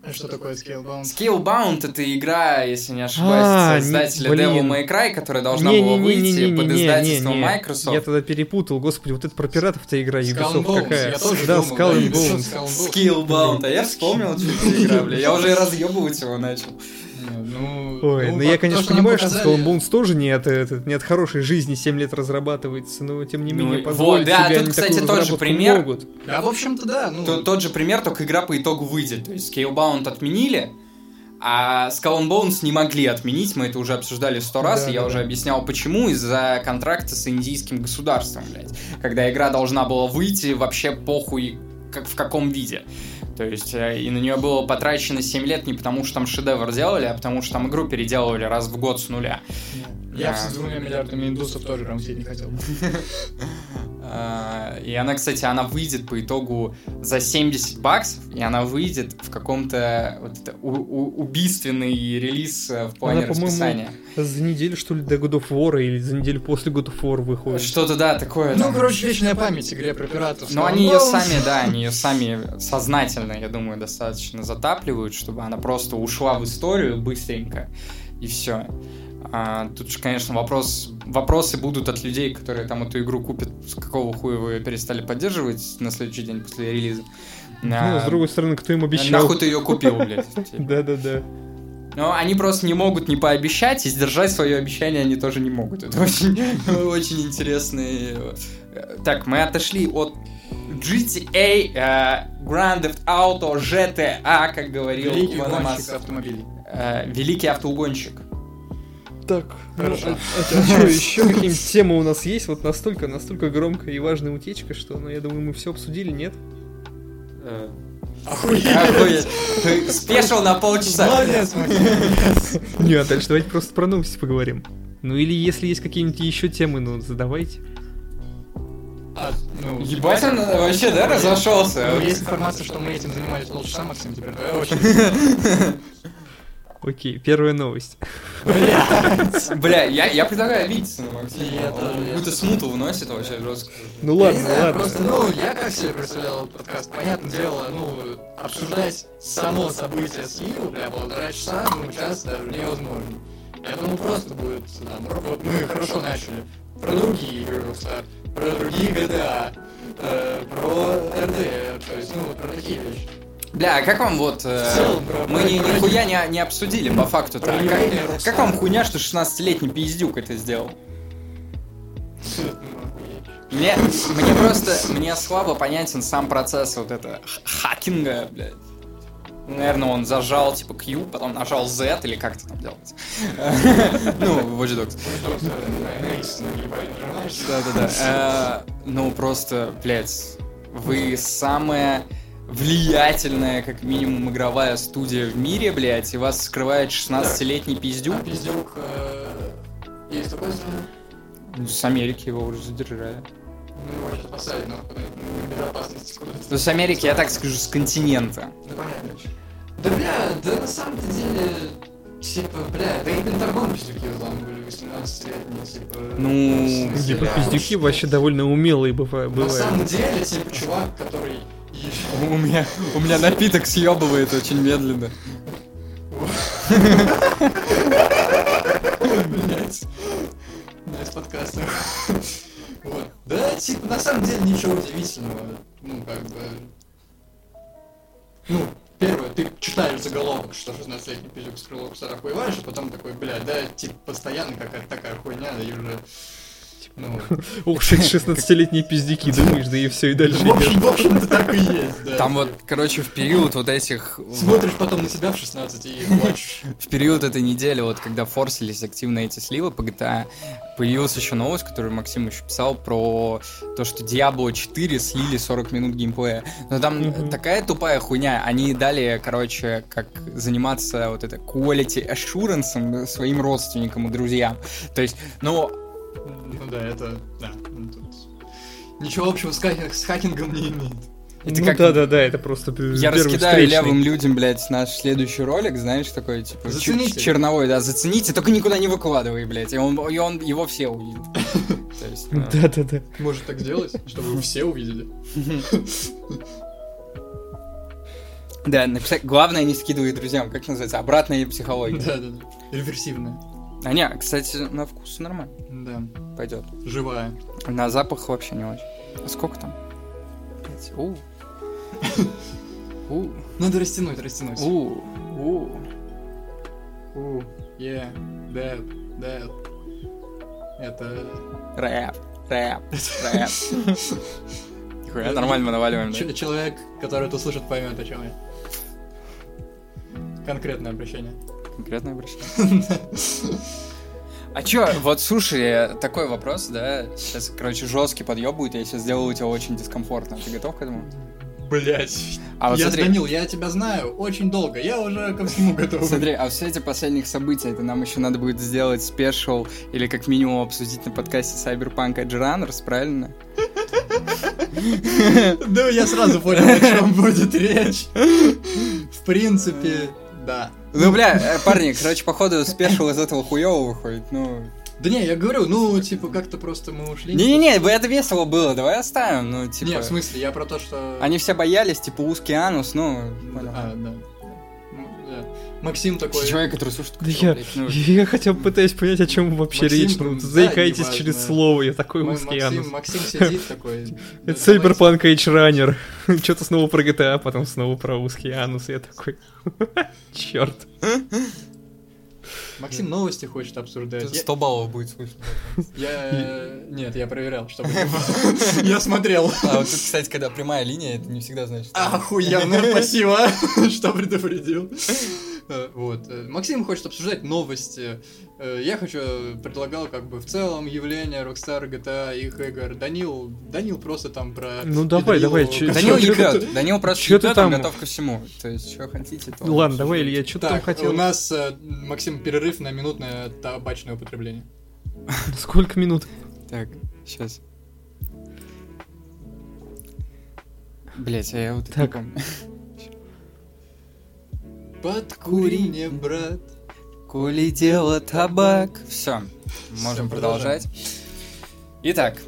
А Что такое Scalebound?
Scalebound это игра, если не ошибаюсь,
А, не-
создателя
блин.
Devil May Cry, которая должна была выйти под издательством
Не-не-не-не-не-не. Я
Microsoft.
тогда перепутал, господи, вот это про пиратов-то игра
Skull and
Ubisoft
Bones,
какая.
я тоже
Да,
думал,
Skull and
Ubisoft
Bones.
Skull and Bones.
Scalebound, а я вспомнил, что это игра, бля. Я уже и разъебывать его начал.
Не, Ну,
Ой, ну
по-
я,
то,
конечно,
что нам
понимаю, что
показали-
Skull and Bones тоже не от, это- не от хорошей жизни 7 лет разрабатывается, но тем не
Ну и-
менее
вот,
позволить
да,
себе
тут,
они
кстати,
такую
тоже
разработку
пример.
могут.
Да, в общем-то, да. Ну,
То- тот же пример, только игра по итогу выйдет. То есть Scalebound отменили, а Skull and Bones не могли отменить, мы это уже обсуждали сто раз,
Да,
и я
да,
уже
да.
объяснял почему, из-за контракта с индийским государством, блядь. Когда игра должна была выйти вообще похуй как, в каком виде. То есть, э, и на нее было потрачено 7 лет не потому, что там шедевр делали, а потому, что там игру переделывали раз в год с нуля.
я
Да.
с двумя миллиардами индусов тоже рамсить не хотел.
А, Э, И она, кстати, она выйдет по итогу за 70 баксов, и она выйдет в каком-то вот это у- у- убийственный релиз э, в плане
Она, по-моему,
расписания.
За неделю, что ли, до God of War или за неделю после God of War выходит.
Что-то, да, такое.
Ну,
там.
короче, вечная память игре про пиратов.
Но
Сказал,
они ее
«Ну,
сами, да, они ее сами сознательно, я думаю, достаточно затапливают, чтобы она просто ушла в историю быстренько, и все. тут же, конечно, вопрос, вопросы будут от людей, которые там эту игру купят, с какого хуя вы ее перестали поддерживать на следующий день после релиза.
Ну,
А,
с другой стороны, кто им обещал?
Нахуй ты ее купил, блядь. типа.
Да-да-да.
Но они просто не могут не пообещать, и сдержать свое обещание они тоже не могут. Это очень, очень интересный... э, Так, мы отошли от GTA, э, Grand Theft Auto, GTA, как говорил
Великий
Иван
гонщик
Амасов.
автомобилей.
Э, Великий автоугонщик.
Так,
Хорошо.
что, еще Ну, какие-нибудь темы у нас есть? Вот настолько, настолько громкая и важная утечка, что, ну, я думаю, мы все обсудили, нет?
Э, Охуеть. Ты Спешил на полчаса.
Молодец, Максим.
Нет, а дальше давайте просто про новости поговорим. Ну или если есть какие-нибудь еще темы, ну задавайте.
А, ну,
Ебать, он вообще, да, разошелся?
ну, Есть информация, что мы этим занимались полчаса, Максим, теперь. Э, Очень.
Окей, первая новость.
Бля, я, я предлагаю обидеться на
Я
Максима.
тоже,
Он
я
Какую-то
тоже.
смуту вносит вообще жестко.
Ну
Я
ладно,
не знаю,
ладно.
Просто, ну, я как себе представлял этот подкаст, понятное дело, ну, обсуждать само событие сливу, бля, полтора часа, ну, час даже невозможно. Я думаю, просто будет, там, робот, мы хорошо начали. Про другие игры Rockstar, про другие GTA, э, про РД, то есть, ну, вот про такие вещи.
Бля, а как вам вот... э,
В целом, про-
мы
про-
ни,
про-
нихуя не, не обсудили по факту-то. А
Проявление
Как,
Роксаны.
как вам хуйня, что 16-летний пиздюк это сделал?
Ну,
Мне, мне просто, мне слабо понятен сам процесс вот это х- хакинга, блядь. Наверное, он зажал, типа, Q, потом нажал Z, или как это там делается. Ну, в Watch Dogs. Да-да-да. Э, Ну, просто, блядь, вы самая влиятельная, как минимум, игровая студия в мире, блядь, и вас скрывает 16-летний пиздюк.
А пиздюк, э, есть такое слово?
Ну, С Америки его уже задержали.
Ну, его сейчас посадят, но в безопасности куда-то.
Ну, с Америки, я так скажу, с континента.
Да понятно. Да бля, да на самом-то деле, типа, бля, да и Пентагон пиздюки взлом были 18-летние, типа.
Ну,
в смысле,
Типа
да.
пиздюки вообще довольно умелые быва-
На
бывают.
самом деле, типа, чувак, который еще...
У меня, у меня напиток съебывает очень медленно.
Блять. Блять, подкаст. Вот. Да, типа, на самом деле ничего удивительного. Ну, как бы... Ну, первое, ты читаешь заголовок, что 16-летний пиздюк скрыл Рокстар, охуеваешь, а потом такой, бля, да, типа, постоянно какая-то такая хуйня, и уже... Ну,
Ух, 16-летние пиздюки, думаешь, да и все, и дальше
в общем,
идешь.
в общем-то так и есть, да.
Там вот, короче, в период вот этих...
Смотришь потом на себя в 16 и плачешь.
В период этой недели, вот когда форсились активно эти сливы по GTA, появилась еще новость, которую Максим еще писал, про то, что Diablo 4 слили 40 минут геймплея. Но там
Мгм.
такая тупая хуйня. Они дали, короче, как заниматься вот это quality assurance своим родственникам и друзьям. То есть, ну,
Ну да, это... Да, ну, тут... Ничего общего с хак- с хакингом не имеет.
это
Ну
как-
да-да-да, это просто п-
Я
первый
раскидаю
встречный.
левым людям, блядь, наш следующий ролик, знаешь, такой, типа, чер-
Зацените.
черновой, да, зацените, только никуда не выкладывай, блядь, и он, и он его все увидит. То есть, ну, да.
Да-да-да.
Может так сделать, чтобы вы все увидели.
Да, написать, главное не скидывай друзьям, как называется, обратная психология.
Да, да, да. Реверсивная.
А не, кстати, на вкус нормально
Да.
пойдет.
Живая.
На запах вообще не очень. А сколько там? Пять. У. У.
Надо растянуть, растянуть.
У. У.
У. Yeah. That. That. Это...
Рэп. Рэп. Рэп. Нихуя, нормально мы наваливаем, да?
Ч- человек, который это слышит, поймет, о чем я. Конкретное обращение.
Конкретное обращение. А чё, вот слушай, э, такой вопрос, да? Сейчас, короче, жесткий подъеб будет, я сейчас сделаю тебя очень дискомфортно. Ты готов к этому?
Блять.
А вот
я,
смотри,
Данил, я тебя знаю очень долго. Я уже ко всему готов.
смотри, а в свете последних событий, это нам еще надо будет сделать спешл или как минимум обсудить на подкасте Cyberpunk Edge Runners, правильно?
Ну, я сразу понял, о чем будет речь. В принципе, да.
Ну, бля, э, парни, короче, походу, спешил из этого хуёво выходит, ну...
Да не, я говорю, ну, типа, как-то просто мы ушли.
Не-не-не, бы это весело было, давай оставим, ну, типа...
Не, в смысле, я про то, что...
Они все боялись, типа, узкий анус, ну... понял.
А, да. Ну, да. Максим такой...
Человек, который слушает,
Да
хорошо,
я,
блядь, ну,
я хотя бы пытаюсь понять, о чем вообще
Максим,
речь. Ну,
да,
заикаетесь
неважно.
через слово, я такой
Мой
узкий
Максим,
анус.
Максим сидит такой. да,
Это Cyberpunk Edge Runner. Что-то снова про GTA, потом снова про узкий анус. Я такой, черт.
давайте. Максим новости хочет обсуждать. Я-
100 баллов будет слышно.
Я... Нет, я проверял, чтобы... не было. Я смотрел.
А вот тут, кстати, когда прямая линия, это не всегда значит.
Охуенно, спасибо, что предупредил. Э, Вот. э, Максим хочет обсуждать новости. Э, Я хочу, э, предлагал как бы в целом явление Rockstar, GTA, их игр. Данил, Данил просто там про...
Ну, давай, давай,
педрилу,
чё-
как-
Данил не
чё ты-
врет, Данил просто
чё
чё
ты
там
там?
готов ко всему. То есть, что хотите, то...
Ладно, давай, Илья, что ты там
Так, у
хотел?
нас, э, Максим, перерыв на минутное табачное употребление.
Сколько минут?
Так, сейчас. Блять, а я вот это не
Так.
помню.
Подкури мне, брат.
Коли дело табак. Все, можем
продолжаем.
продолжать. Итак,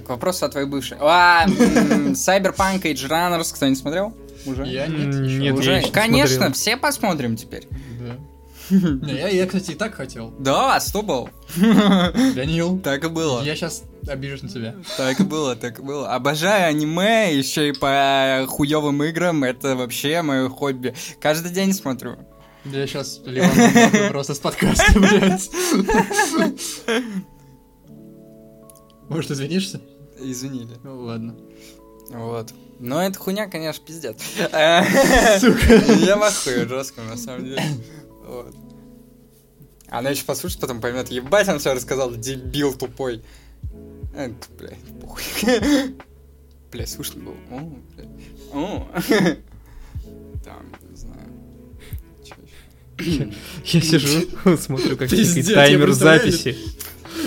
э, к вопросу о твоей бывшей. А, м, Cyberpunk Age Runners, кто не смотрел? Уже?
Я нет.
М,
ещё.
Нет, я
Уже?
ещё не
Конечно,
смотрел.
все посмотрим теперь.
Да. Не, я, я, кстати, и так хотел.
Да, сто баллов.
Данил,
Так и было.
я сейчас обижусь на тебя.
Так и было, так и было. Обожаю аниме, еще и по хуевым играм. Это вообще мое хобби. Каждый день смотрю.
Я сейчас просто с подкаста, блядь. Может, извинишься?
Извинили.
Ну ладно.
Вот. Но эта хуйня, конечно, пиздец.
Сука.
Я махаю жестко, на самом деле. Вот. Она еще послушает, потом поймет, ебать, он все рассказал, дебил тупой. Э, т- бля, похуй. Бля, слышно было. О, бля. О. Там, не знаю. Чё ещё?
Я сижу, смотрю, как
Пиздец,
тикает
я
таймер
представляю,
записи.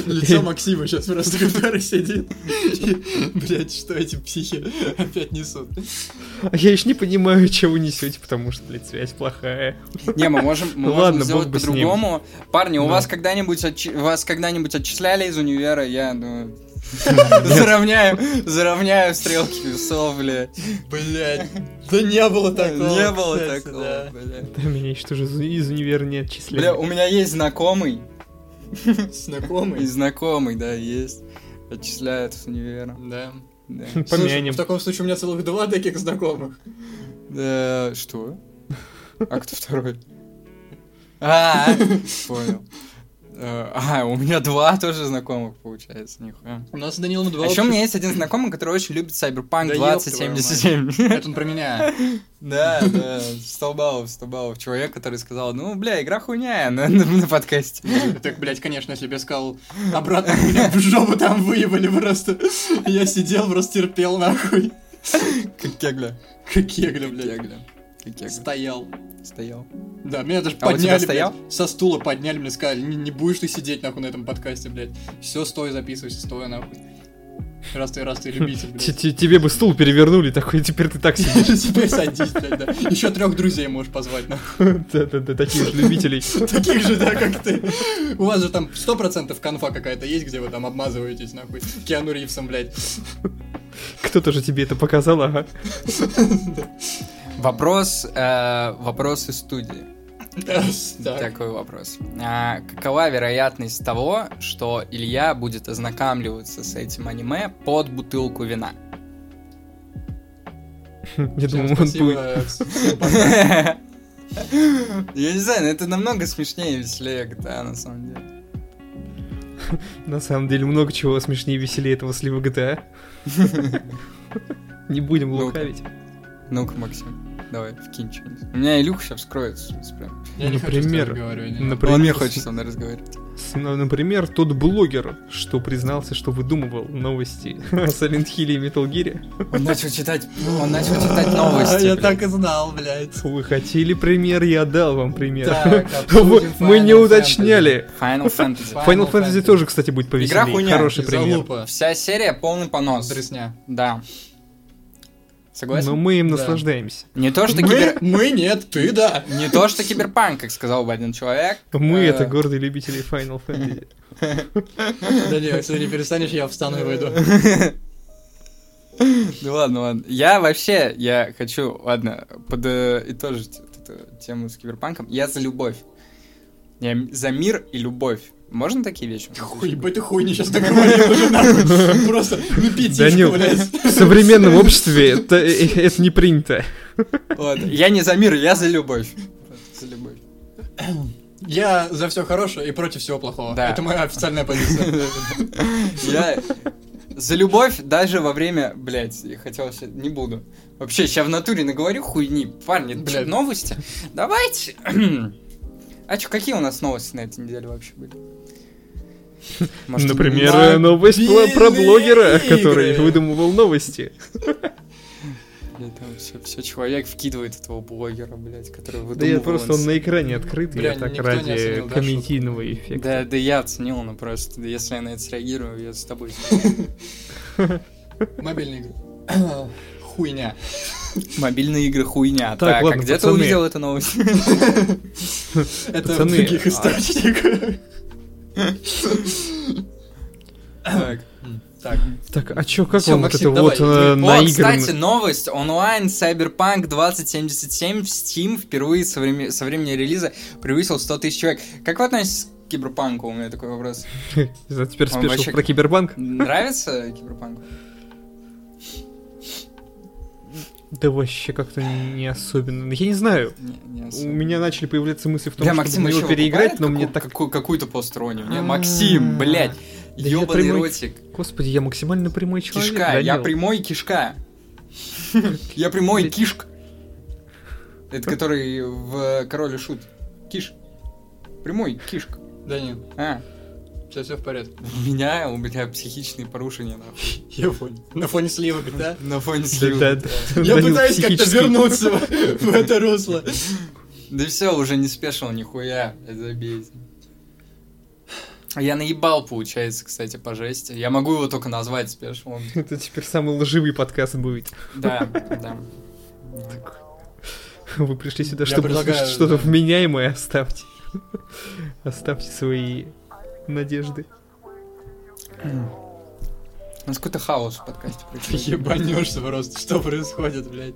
Лицо Максима сейчас просто, который сидит. И, Блядь, что эти психи опять несут?
А я еще не понимаю, чего несете, потому что, блядь, связь плохая.
Не, мы можем, мы можем
Ладно, бог
сделать
бы с ним.
по-другому. Парни, у
Ну.
вас когда-нибудь отч- вас когда-нибудь отчисляли из универа? Я, ну, заравняю, заравняю стрелки весов, бля.
Блядь, да не было такого.
Не было
кстати,
такого,
да.
бля.
Да, меня еще тоже из- из универа не отчислили.
Бля, у меня есть знакомый, и
Знакомый.
знакомый, да, есть. Отчисляют с универа.
Да.
Да.
Слушай,
Помянем.
в таком случае у меня целых два таких знакомых.
Да, что? А кто второй? А, понял. Э, А, у меня два тоже знакомых, получается, нихуя.
У нас с Данилом два
А еще у
общих-
меня есть один знакомый, который очень любит Cyberpunk
Да ёб твою
2077.
Это он про меня.
Да, да, 100 баллов, 100 баллов. Человек, который сказал, ну, бля, игра хуйня на, на- на подкасте.
Так, блядь, конечно, если бы я сказал обратно, меня в жопу там выебали просто. Я сидел, просто терпел нахуй.
Как кегля.
Как кегля,
Как
блядь.
кегля. Как кегля.
Стоял.
Стоял.
Да, меня даже
А у тебя
подняли, блядь,
стоял?
со стула подняли, мне сказали, не, не будешь ты сидеть нахуй на этом подкасте, блядь. Все, стой, записывайся, стой нахуй. Раз ты, раз ты любитель,
Те-
блядь.
те- Тебе бы стул перевернули, такой, теперь ты так сидишь.
Теперь садись, блядь, да. Еще трех друзей можешь позвать, нахуй.
Да-да-да, таких же любителей.
Таких же, да, как ты. У вас же там сто процентов конфа какая-то есть, где вы там обмазываетесь, нахуй. Киану Ривзом, блядь.
Кто-то же тебе это показал, ага.
Вопрос, э, вопрос из студии.
Так.
Такой вопрос. А, какова вероятность того, что Илья будет ознакомливаться с этим аниме под бутылку вина?
Я
Всем
думаю, он будет...
спасибо. Всем пока.
Я не знаю, но это намного смешнее и веселее GTA, на самом деле.
На самом деле много чего смешнее и веселее этого слива А. GTA. Не будем
Ну-ка.
лукавить.
Ну-ка, Максим. Давай, вкинь что-нибудь. У меня Илюха сейчас вскроется. прям.
Я не хочу с тобой
Например,
разговаривать. не
например,
Он не
с-
хочет со мной разговаривать.
с- на- например, тот блогер, что признался, что выдумывал новости о Silent Hill и Metal Gear.
Он начал читать, он начал читать
надо.
новости.
А, Я
блин.
так и знал, блядь.
Вы хотели пример, я дал вам пример.
Так,
Вы-
обсудим
Мы не
Final
уточняли.
Final Fantasy.
Final
Final
Fantasy
Fantasy.
тоже, кстати, будет повеселее.
Игра хуйня.
Хороший
Из-за
пример.
лупа.
Вся серия полный понос.
Дресня.
Да. Согласен?
Но мы им
Да.
наслаждаемся.
Не то, что
Ну, Мы,
кибер...
мы нет, ты да.
Не то, что киберпанк, как сказал бы один человек.
Мы
Э,
это гордые любители Final Fantasy.
Да нет, если не перестанешь, я встану и выйду.
Ну ладно, ладно. Я вообще, я хочу, ладно, э, подытожить вот эту тему с киберпанком. Я за любовь. Я м- за мир и любовь. Можно такие вещи?
Хуй, ебать, ты хуйни сейчас наговорил уже нахуй. Просто, ну
Данил,
пятишку, блядь.
в современном обществе это, э, это не принято.
Ладно. Я не за мир, я за любовь. За любовь.
Я за все хорошее и против всего плохого.
Да.
Это моя официальная позиция.
Я за любовь даже во время, блядь, я хотел сейчас, не буду. Вообще, сейчас в натуре наговорю хуйни. Парни, это чё,
Блядь.
новости? Давайте. А чё, какие у нас новости на этой неделе вообще были? Может,
Например, э, новость про, про блогера, который выдумывал новости.
Бля, там все, человек вкидывает этого блогера, блядь, который выдумывал.
Да я просто он
инс-
на экране открыт, и
Бля,
я так
никто не
ради
оценил, да,
комедийного эффекта.
Да, да я оценил, но просто, если я на это среагирую, я с тобой.
Мобильный игры. Хуйня.
Мобильные игры хуйня. Так,
Так, ладно,
а где ты
пацаны.
увидел эту новость?
Это в
Пацаны,
других
а-
источниках.
Так.
Так,
Так, а чё, как
Всё,
вам вот
Максим,
это вот
давай, ты-
э,
Вот,
Вот,
наигранное-
кстати, новость. Онлайн Cyberpunk 2077 в Steam впервые со, време- со времени релиза превысил 100 тысяч человек. Как вы относитесь к киберпанку? У меня такой вопрос.
За- Теперь
Он
спешил
вообще-
про Кибербанк?
Нравится киберпанк?
Да вообще как-то не особенно. Я не знаю.
Не- не
У
особо.
меня начали появляться мысли в том,
Бля,
чтобы
Максим
на него
ещё
переиграть,
покупает
но мне
каку-
так...
какую- какую-то постройню. Не,
А-а-а.
Максим, блядь,
Да я
ёбаный
прямой
ротик.
Господи, я максимально прямой человек.
Кишка, я
Данил.
прямой кишка. Я прямой
Блядь.
кишк. Это который в Короле Шут. Киш. Прямой кишка.
Данил,
А,
все все в порядке.
у меня, у меня психичные порушения нахуй.
Я понял. На фоне сливок, да?
на фоне слива.
Да, да, да.
Я
Данил
пытаюсь как-то
психически.
вернуться в это русло.
Да все, уже не спешил нихуя, Э, забейте. Я наебал, получается, кстати, по жести. Я могу его только назвать спешилом.
Это теперь самый лживый подкаст будет.
Да, да.
Вы пришли сюда,
Я
чтобы
предлагаю,
услышать что-то
да.
вменяемое, оставьте. Оставьте свои надежды.
У нас какой-то хаос в подкасте. происходит.
Ебанешься просто, что происходит, блядь.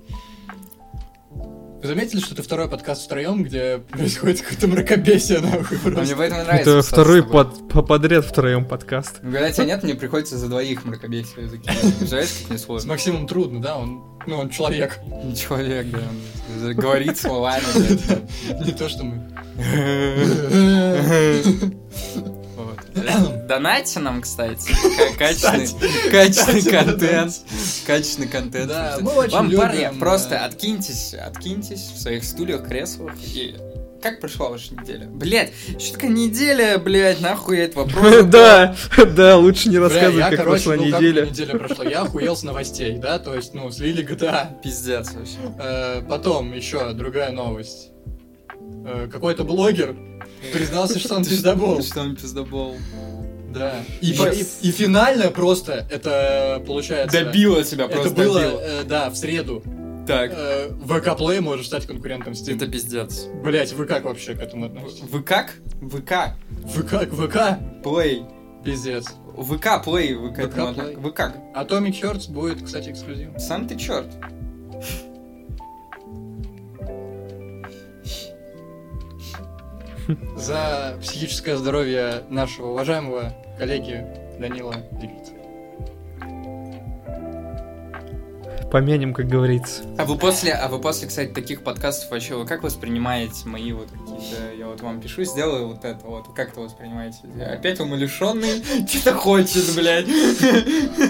Вы заметили, что это второй подкаст втроем, где происходит какое-то мракобесие, нахуй,
Но А Мне
просто?
поэтому нравится.
Это
кстати,
второй
с тобой.
под- по- подряд втроем подкаст.
Ну, Когда тебя нет, мне приходится за двоих мракобесие закидывать. Представляешь, как мне
С
сложно?
Максимом трудно, да? Он, ну, он человек.
Человек, да, он говорит словами. блядь.
Не то, что мы.
Вот. Донатьте нам, кстати, к- качественный, качественный
Кстати,
контент. Качественный контент.
Да,
Потому
мы
что
очень
Вам,
любим,
парни,
э,
просто откиньтесь, откиньтесь в своих стульях, креслах и... Как прошла ваша неделя? Блять, что такая неделя, блять, нахуй я этот вопрос.
Да, да, лучше не
Бля,
рассказывать,
я,
как
короче,
прошла
ну, как
неделя.
неделя прошла? Я охуел с новостей, да? То есть, ну, слили GTA.
Пиздец вообще.
Э, Потом еще другая новость. Э, Какой-то блогер признался, что он пиздобол.
Что он пиздобол.
Да. И,
Щас.
по- и, и финально просто это получается.
Добило тебя,
Это
А просто
было,
добило.
э, да, в среду.
Так,
Э, ВК Play может стать конкурентом Steam.
это пиздец.
Блять, вы как вообще к этому относитесь?
Вы как? ВК.
Вы как? ВК?
Плей.
Пиздец.
ВК плей. Вы к
ВК
этому
Play.
отно- Вы как?
Atomic Hearts будет, кстати, эксклюзив.
Сам ты черт.
За психическое здоровье нашего уважаемого коллеги Данила Делица.
Помянем, как говорится.
А вы после, а вы после, кстати, таких подкастов вообще, вы как воспринимаете мои вот какие-то, я вот вам пишу, сделаю вот это вот, как это воспринимаете? Опять умалишенный, что-то хочет, блядь.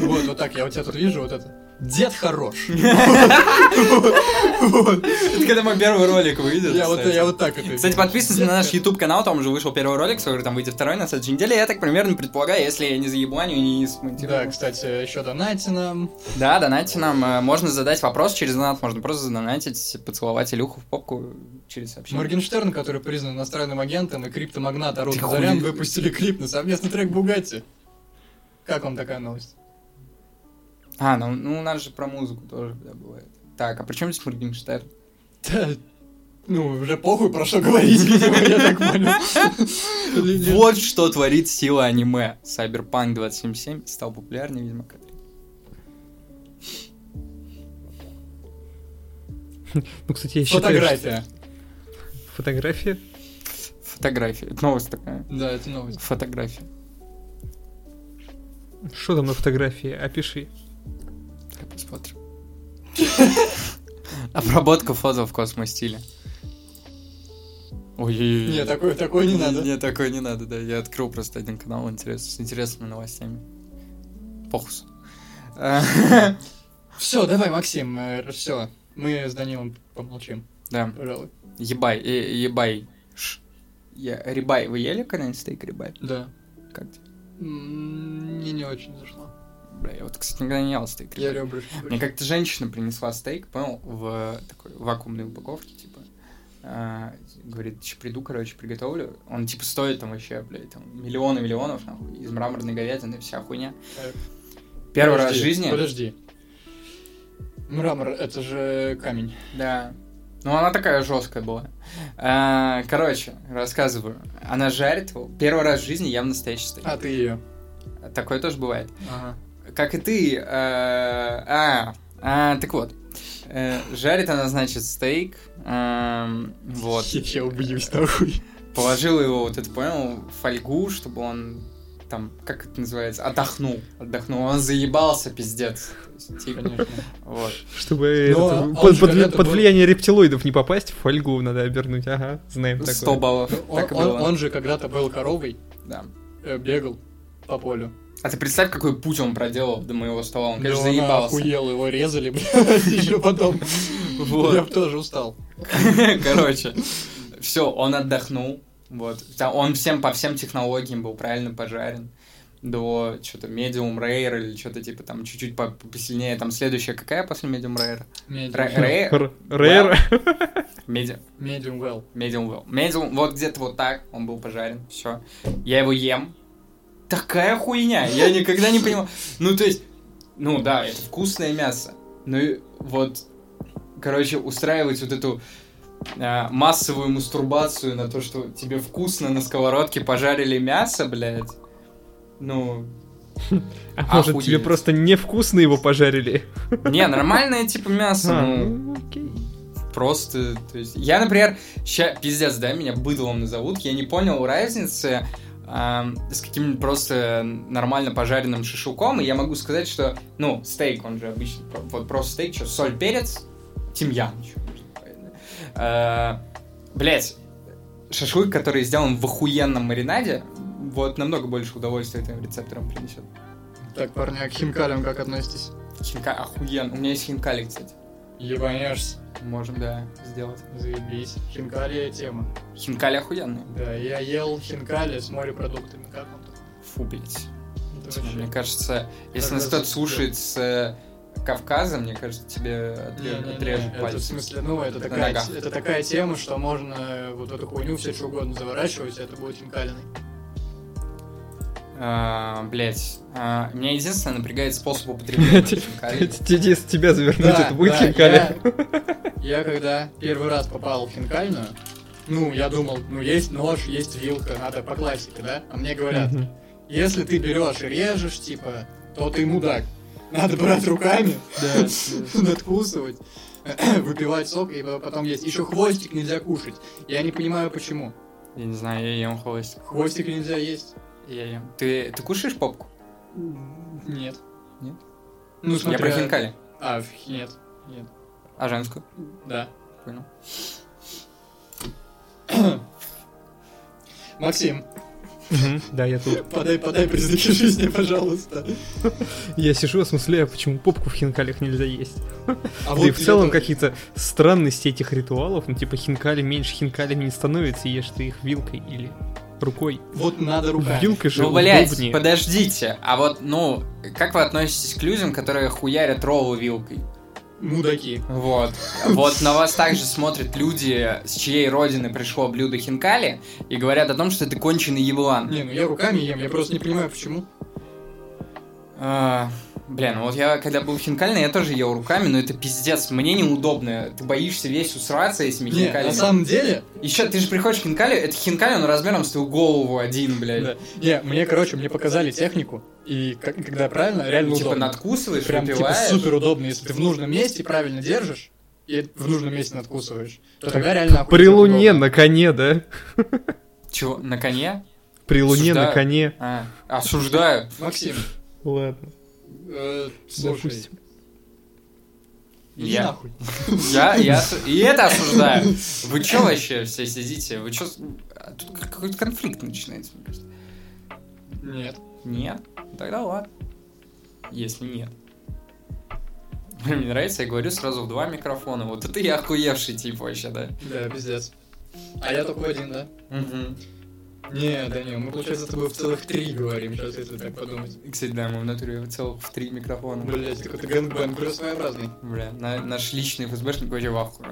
Вот, вот так, я вот тебя тут вижу, вот это. Дед хорош.
Это когда мой первый ролик выйдет.
Я вот,
кстати.
я вот так это.
Кстати, подписывайтесь на наш YouTube канал, там уже вышел первый ролик, скоро там выйдет второй на следующей неделе. Я так примерно предполагаю, если я не заебаню и не
Да,
смонтирую.
кстати, еще донайте нам.
Да, донатьте нам. э, Можно задать вопрос через донат, можно просто задонатить, поцеловать Илюху в попку через сообщение.
Моргенштерн, который признан иностранным агентом, и криптомагнат Арон
Ты
Зарян
хуй.
выпустили клип на совместный трек Бугати. Как вам такая новость?
А, ну, ну у нас же про музыку тоже да, бывает. Так, а при чем здесь Моргенштерн?
Да, ну, уже похуй, про что говорить, видимо, я так понял. Или нет?
Вот что творит сила аниме. Cyberpunk 277 стал популярнее Ведьмака 3.
Ну, кстати, я считаю, что-
Фотография.
Фотография?
Фотография. Это Новость такая.
Да, это новость.
Фотография.
Что там на фотографии? Опиши.
Давай посмотрим. Обработка фото в космостиле. Ой-ой-ой.
Не, такое, такое не надо.
Не, такое не надо, да. Я открыл просто один канал интерес, с интересными новостями. Фокус. Э,
Все, давай, Максим, все. Мы с Данилом помолчим,
Да.
пожалуй.
Ебай, э, ебай. Ш. Я, рибай, вы ели когда-нибудь стейк рибай?
Да.
Как тебе?
М, Мне не очень зашло.
Бля, я вот, кстати, никогда не ел стейк
Я
рибай.
ребрышки.
Мне как-то женщина принесла стейк, понял, в э, такой вакуумной упаковке, типа. А, говорит, «Ща приду, короче, приготовлю. Он, типа, стоит там вообще, блядь, там, миллионы миллионов, нахуй, из мраморной говядины, вся хуйня.
Э,
Первый раз в
Подожди,
жизни.
Подожди. Мрамор, это же камень.
Да. Ну, она такая жесткая была. А, короче, рассказываю. Она жарит его. Первый раз в жизни я в настоящий стейк.
А ты ее. А.
Такое тоже бывает.
Ага.
Как и ты. э, А, а, так вот. Э, Жарит она, значит, стейк. эм, Вот.
Я, я убьюсь нахуй.
Положила его, вот это понял, в фольгу, чтобы он там, как это называется, отдохнул. Отдохнул. Он заебался, пиздец. То есть, типа,
Конечно.
Вот.
Чтобы
Ну,
этот,
а
под,
Оскар
под вли-
это
под
был-
влияние рептилоидов не попасть, в фольгу надо обернуть. Ага,
Ну,
знаем
100
такое.
баллов.
Он,
Так и
он-
было.
он же когда-то был коровой,
Да.
э, бегал по полю.
А ты представь, какой путь он проделал до моего стола. Он, конечно,
Да он
заебался.
охуел, его резали, блядь, еще потом.
Вот.
Я бы тоже устал.
Короче, все, он отдохнул. Вот. Там Он всем по всем технологиям был правильно пожарен. До что-то medium rare или что-то типа там чуть-чуть по- посильнее. Там следующая какая после medium rare? Ра-
Медиум
Rare?
Р- Рэр.
Medium,
медиум well.
medium well. Medium, вот где-то вот так он был пожарен. Все. Я его ем. Такая хуйня. Я никогда не понимал. Ну, то есть, ну да, это вкусное мясо. Ну и вот, короче, устраивать вот эту а, массовую мастурбацию на то, что тебе вкусно на сковородке пожарили мясо, блядь. Ну,
А может,
Охуеть.
тебе просто невкусно его пожарили?
не, нормальное типа мясо,
А,
ну,
ну, окей.
просто, то есть, я, например, ща, пиздец, да, меня быдлом назовут, я не понял разницы ам, с каким-нибудь просто нормально пожаренным шашлыком, и я могу сказать, что, ну, стейк, он же обычно, про- вот просто стейк, что, соль, перец, тимьян, ещё можно добавить, да. А, блядь, шашлык, который сделан в охуенном маринаде, вот намного больше удовольствия этим рецепторам принесет.
Так, парни, а к хинкалям как относитесь?
Хинка охуенно. У меня есть хинкали, кстати.
Ебанешься.
Можем, да, сделать.
Заебись. Хинкали тема.
Хинкали охуенные.
Да, я ел хинкали с морепродуктами. Как он там?
Фу, блядь.
Это
Типа,
вообще-
Мне кажется, если нас
Как раз
кто-то
это-
слушает с э, Кавказа, мне кажется, тебе
Не, не,
отре-
не,
отрежут
это в
пальцы.
смысле, ну, это
На
такая,
ногах.
это такая тема, что можно э, вот эту хуйню все что угодно заворачивать, и это будет хинкалиной.
А, Блядь. А, Меня единственное напрягает способ употребления хинкали.
Тебе с тебя завернуть это будет хинкали.
Я, я когда первый раз попал в хинкальную, ну, я думал, ну, есть нож, есть вилка, надо по классике, да? А мне говорят,
Мгм.
если ты берешь и режешь, типа, то ты мудак. Надо брать руками, надкусывать, выпивать сок, и потом есть. Еще хвостик нельзя кушать. Я не понимаю, почему.
Я не знаю, я ем хвостик.
Хвостик нельзя есть.
Я ем. Ты ты кушаешь попку?
Нет.
Нет?
Ну,
Я
смотря...
про хинкали.
А, в- нет. Нет.
А женскую?
Да.
Понял.
Максим,
Мгм, Да, я тут.
Подай, подай признаки жизни, пожалуйста.
Я сижу, осмысляю, почему попку в хинкалях нельзя есть.
А
да и в целом
я тоже-
какие-то странности этих ритуалов, ну типа хинкали меньше хинкалями не становится, ешь ты их вилкой или рукой.
Вот надо руками.
Вилкой же
Ну, блядь,
удобнее.
подождите. А вот, ну, как вы относитесь к людям, которые хуярят рову вилкой?
Мудаки.
Вот. Вот на вас также смотрят люди, с чьей родины пришло блюдо хинкали, и говорят о том, что это конченый еблан.
Не, ну я руками ем, я просто не понимаю, почему.
А, Блин, ну вот я когда был в хинкальной, я тоже ел руками, но это пиздец, мне неудобно. Ты боишься весь усраться этими
Не,
хинкалями.
на самом деле,
Еще ты же приходишь к хинкалю, это хинкаль, он размером с твою голову один, блядь.
да. не, мне, короче, мне показали технику, и как- когда правильно, реально
Типа
удобно.
надкусываешь,
Прям типа
выпиваешь.
супер удобно, если ты в нужном месте правильно держишь, и в нужном месте надкусываешь, то тогда реально
При
охуительно
луне
удобно.
на коне, да?
Чего, на коне?
При луне на
Осуждаю.
коне.
А, осуждаю.
Максим,
Ладно,
э, слушай,
допустим.
иди
Я-
нахуй.
Я, я, осу- и это осуждаю. Вы чё вообще все сидите? Вы чё... с- а Тут как- какой-то конфликт начинается, мне кажется.
Нет.
Нет? Тогда ладно. Если нет. Блин, Мне нравится, я говорю сразу в два микрофона. Вот это я охуевший тип вообще, да?
Да, пиздец. А я только один, да? Не, да не, мы, получается, с тобой в целых три говорим, сейчас если так подумать.
Кстати, да, мы в натуре целых в три микрофона.
Блять, какой-то гэнгбэнг уже своеобразный.
Бля, на- наш личный ФСБшник вообще в ахуе.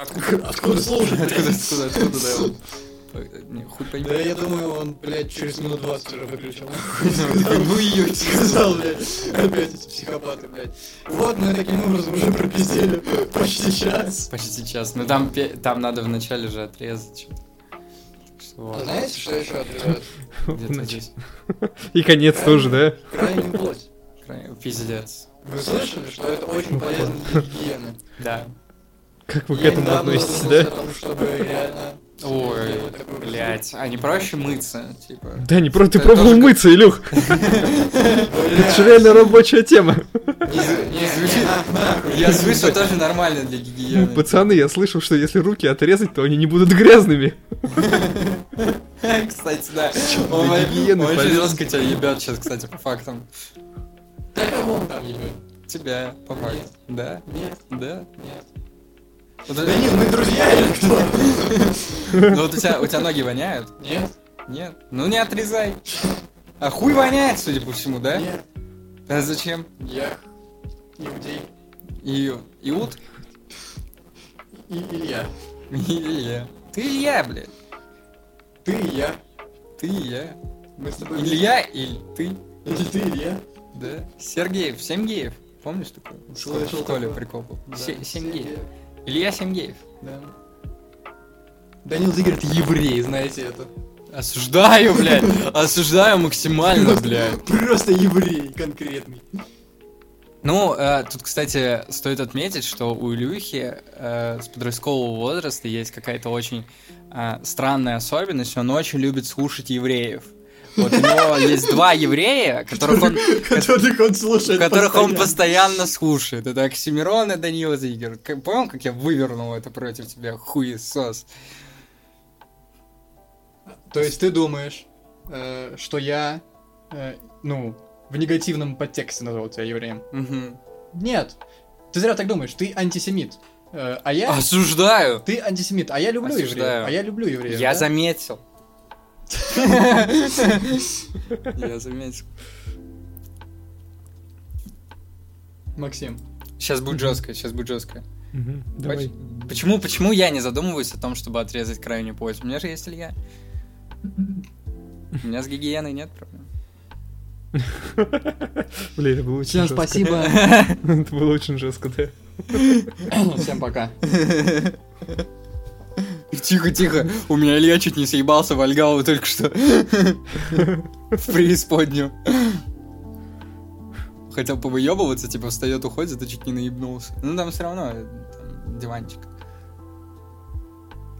Откуда,
Откуда служит?
откуда, откуда, откуда, да, вот. Э, Не, хуй пойми.
Да я думаю, он, блядь, через минут 20 уже выключил.
Ну её
Сказал, блядь, опять эти психопаты, блядь. Вот мы таким образом уже пропиздили почти час.
Почти час. Ну там, пе- там надо вначале же отрезать что-то. Так что вот.
А знаете, что еще отрезают?
Где-то
Внач-
здесь.
И конец тоже, да?
Крайнюю плоть.
Край- Пиздец.
Вы слышали, что это очень полезно для гигиены?
Да.
Как вы к
Я
этому
недавно
ну,
относитесь,
задумался
да?
о том, чтобы реально...
Ой, блядь. А не проще мыться, типа.
Да, не про ты
Это тоже
пробовал
как-
мыться, Илюх. Это же реально рабочая тема.
Не, не,
звучит. Я слышу, тоже нормально для гигиены.
Пацаны, я слышал, что если руки отрезать, то они не будут грязными.
Кстати, да. Он
для гигиены
он очень
полезно.
жестко тебя ебет сейчас, кстати, по фактам.
Да кого он там ебет?
Тебя, по фактам. Да?
Нет,
Да?
нет.
Вот
Да
это-
нет, мы друзья или что?
Ну вот у тебя у тебя ноги воняют?
Нет,
Нет. Ну не отрезай. А хуй воняет, судя по всему, да?
нет,
А зачем?
я иудей.
И Иуд?
И Илья.
Илья. Ты Илья, блядь.
Ты и я.
Ты Илья.
Мы с тобой...
Илья или ты?
Или ты Илья?
Да. Сергеев, Семгеев. Помнишь такое?
Слышал
В школе
такое.
прикол был.
Да.
Се- Семгеев. Илья Семгеев.
Да. Данил Зигарь, ты еврей, знаете это.
Осуждаю, блядь. Осуждаю максимально, блядь.
Просто еврей конкретный.
Ну, э, тут, кстати, стоит отметить, что у Илюхи э, с подросткового возраста есть какая-то очень э, странная особенность. Он очень любит слушать евреев. Вот у него есть два еврея, которых он,
Которых он слушает
которых он
постоянно.
постоянно слушает. Это Оксимирон и Данила Зигер. Как- Понял, как я вывернул это против тебя, хуесос?
То есть ты думаешь, э, что я, э, ну, в негативном подтексте назвал тебя евреем?
Мгм.
Нет. Ты зря так думаешь, ты антисемит. Э, а я...
Осуждаю!
Ты антисемит, а я люблю
Осуждаю.
евреев. А я люблю евреев.
Я
да?
заметил. Я заметил.
Максим.
Сейчас будет жестко, сейчас будет жестко.
Давай.
Поч- Почему, почему я не задумываюсь о том, чтобы отрезать крайнюю плоть? У меня же есть Илья. У меня с гигиеной нет проблем.
Блин, это было очень
Всем
жестко.
спасибо.
Это было очень жестко, да.
Ну, Всем пока.
Тихо, тихо. У меня Илья чуть не съебался в Альгаву только что. В преисподнюю. Хотел повыебываться, типа встает, уходит, а чуть не наебнулся. Ну там все равно э, там, диванчик.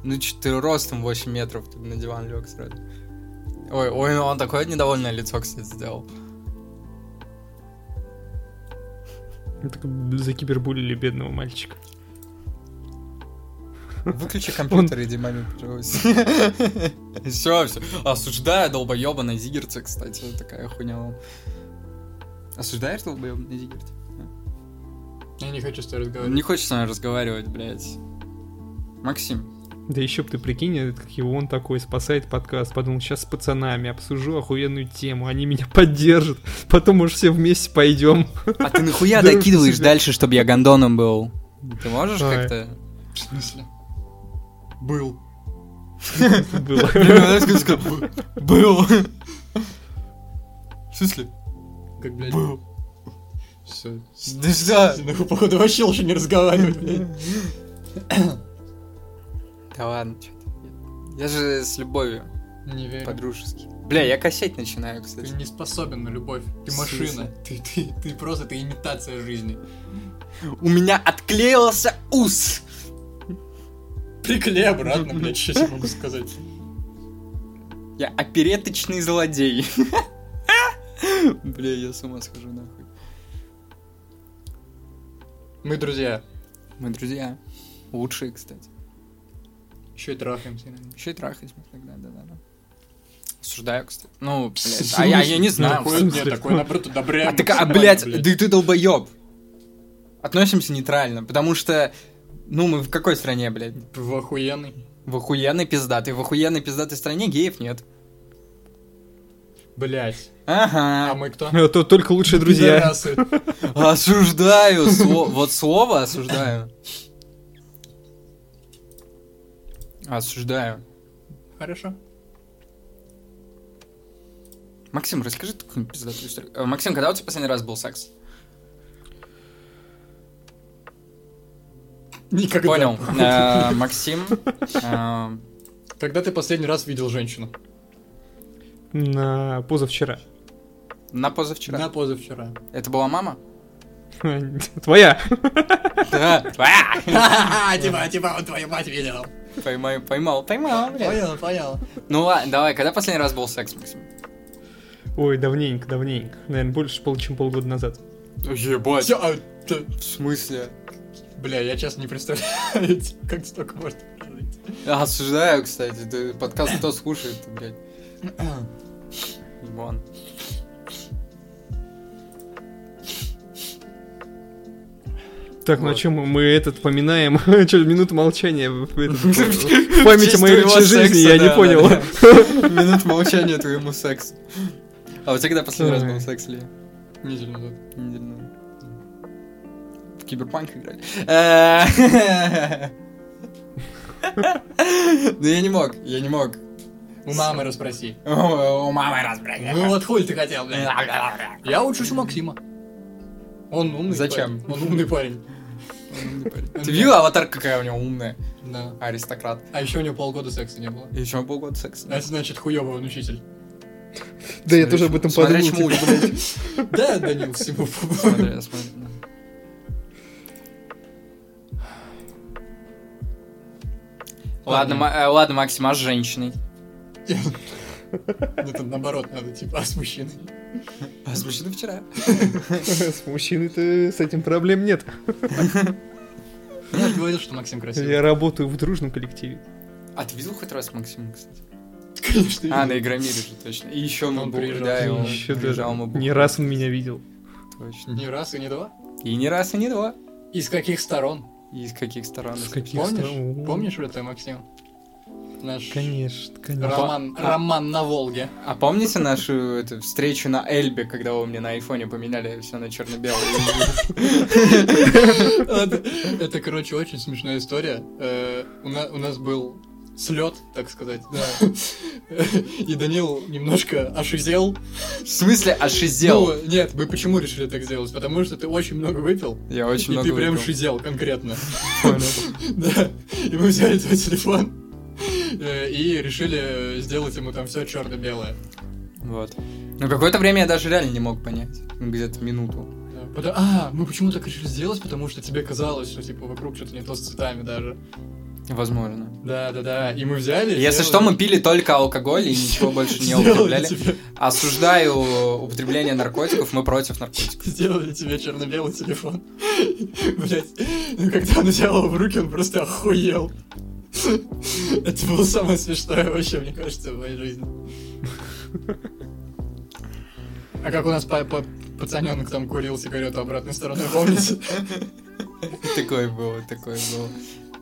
Ну че ты ростом 8 метров, ты бы на диван лег сразу. Ой, ой, ну он такое недовольное лицо, кстати, сделал.
Так закибербулили бедного мальчика.
Выключи компьютер, иди маме Все, все. Осуждаю долбоеба на Зигерте, кстати. Такая хуйня. Осуждаешь долбоеба на Зигерте?
Я не хочу с тобой разговаривать.
Не хочешь с нами разговаривать, блядь. Максим.
Да еще б ты прикинь, этот, как его он такой спасает подкаст. Подумал, сейчас с пацанами обсужу охуенную тему, они меня поддержат. Потом, может, все вместе пойдем.
А ты нахуя
Дороже
докидываешь
себя.
дальше, чтобы я гондоном был? Ты можешь
Ай.
как-то...
В смысле? Был.
Было.
Ну, Был. В смысле?
Как, блядь, все.
Да что?
Ну, походу, вообще лучше не разговаривать, блядь.
Да ладно, чё ты. Я же с любовью,
Не верю.
по-дружески. Бля, я косять начинаю,
Ты
кстати.
не способен на любовь. Ты
В
машина.
смысле?
Ты, ты, ты просто, ты имитация жизни.
У меня отклеился ус!
Приклей обратно, блядь, сейчас я могу сказать.
Я опереточный злодей. Бля, я с ума схожу нахуй.
Мы друзья.
Мы друзья. Лучшие, кстати.
Еще и трахаемся иногда.
Еще и трахать мы тогда, да, да, да. Осуждаю, кстати. Ну, блядь,
Блядь,
а я, я не знаю.
Такое,
в
нет,
смысле?
такое, наоборот, одобряем.
А ты, ка- а,
максимально,
блядь, да и ты долбоеб. Относимся нейтрально, потому что, ну, мы в какой стране, блядь?
В охуенный.
В охуенной пиздатой. В охуенной пиздатой стране геев нет.
Блядь. А
Ага.
мы кто?
А то только лучшие друзья.
Пидорасы.
Осуждаю. сло- Вот слово осуждаю. Осуждаю.
Хорошо.
Максим, расскажи ты какую-нибудь пиздатую историю. Э, Максим, когда у тебя последний раз был секс?
Никогда.
Понял. Э, Максим. э,
Когда ты последний раз видел женщину?
На позавчера.
На
На
позавчера.
позавчера.
Это была мама?
Твоя.
Да. А!
Ха-ха, типа, типа, он твою мать видел.
Поймай- Поймал, поймал, блядь.
Понял, понял.
Ну ладно, давай, когда последний раз был секс, Максим?
Ой, давненько, давненько. Наверное, больше, пол- чем полгода назад.
Ебать.
Все, а, т-
В смысле?
бля, я сейчас не представляю, как столько может прожить.
Осуждаю, кстати, ты подкаст кто слушает, блядь. Вон.
Так, ну а
Вот.
чем мы этот поминаем? Че, минуту молчания в, в этот- в памяти
Честь
моей
твоего
личной жизни,
секса,
я не
да,
понял.
да, да. Минут молчания твоему сексу. А у тебя когда последний раз был
Ой.
секс, Ли?
Неделю назад.
Неделю назад. В киберпанк играли. Э, Ну я не мог, я не мог.
У мамы расспроси.
О, У мамы раз,
Ну
блядь.
вот хуй ты хотел, бля. Я учусь у Максима. Он умный
Зачем?
парень. Он умный парень. Ну,
Ты видел аватар, какая у него умная?
Да.
Аристократ.
А еще у него полгода секса не было.
И еще полгода секса.
А Это значит хуёвый он учитель.
Да, я
тоже об этом Смотря подумал, чему типа, учишь.
Да, Данил, всему
Смотри, смотри. Ладно,
Ладно.
Ма- э, ладно, Максим, а с женщиной?
Это Ну, наоборот надо, типа, а с мужчиной?
А с мужчиной вчера.
типа, С мужчиной-то с этим проблем нет.
Я же говорил, что Максим красивый.
Я работаю в дружном коллективе.
А ты видел хоть раз Максима, кстати?
Конечно,
А,
видел.
на Игромире же, точно. И еще
Он
мы были,
приезжал.
да, и он
Еще
приезжал, мы
даже
были.
не раз он меня видел.
Точно.
Не раз и не два.
И ни раз, и не два.
И с каких сторон?
И с каких сторон?
С каких
Помнишь?
сторон?
Помнишь это, Максим? Наш
Конечно, конечно.
роман,
А-
роман на Волге.
А помните нашу эту, встречу на Эльбе, когда вы мне на айфоне поменяли все на черно-белое?
Это, это, короче, очень смешная история. Э, У на- у нас был слет, так сказать. И Данил немножко ошизел.
В смысле, а ошизел?
Ну, нет, мы почему решили так сделать? Потому что ты очень много выпил,
Я очень
и
много
ты прям
выпил.
шизел конкретно.
Понял.
Да, и мы взяли твой телефон э, и решили сделать ему там все черно-белое.
Вот. Ну, какое-то время я даже реально не мог понять. Ну, Где-то минуту.
Да, пота- А, мы почему так решили сделать? Потому что тебе казалось, что типа вокруг что-то не то с цветами даже.
Возможно.
Да, да, да. И мы взяли.
Если
сделали-
что, мы пили только алкоголь и ничего больше не
сделали
употребляли.
тебе-
Осуждаю употребление наркотиков, мы против наркотиков.
Сделали тебе черно-белый телефон. Блять, ну когда он взял его в руки, он просто охуел. Это было самое смешное вообще, мне кажется, в моей жизни. А как у нас па- па- пацаненок там курил сигарету обратной стороной, помните?
Такое было, такое было.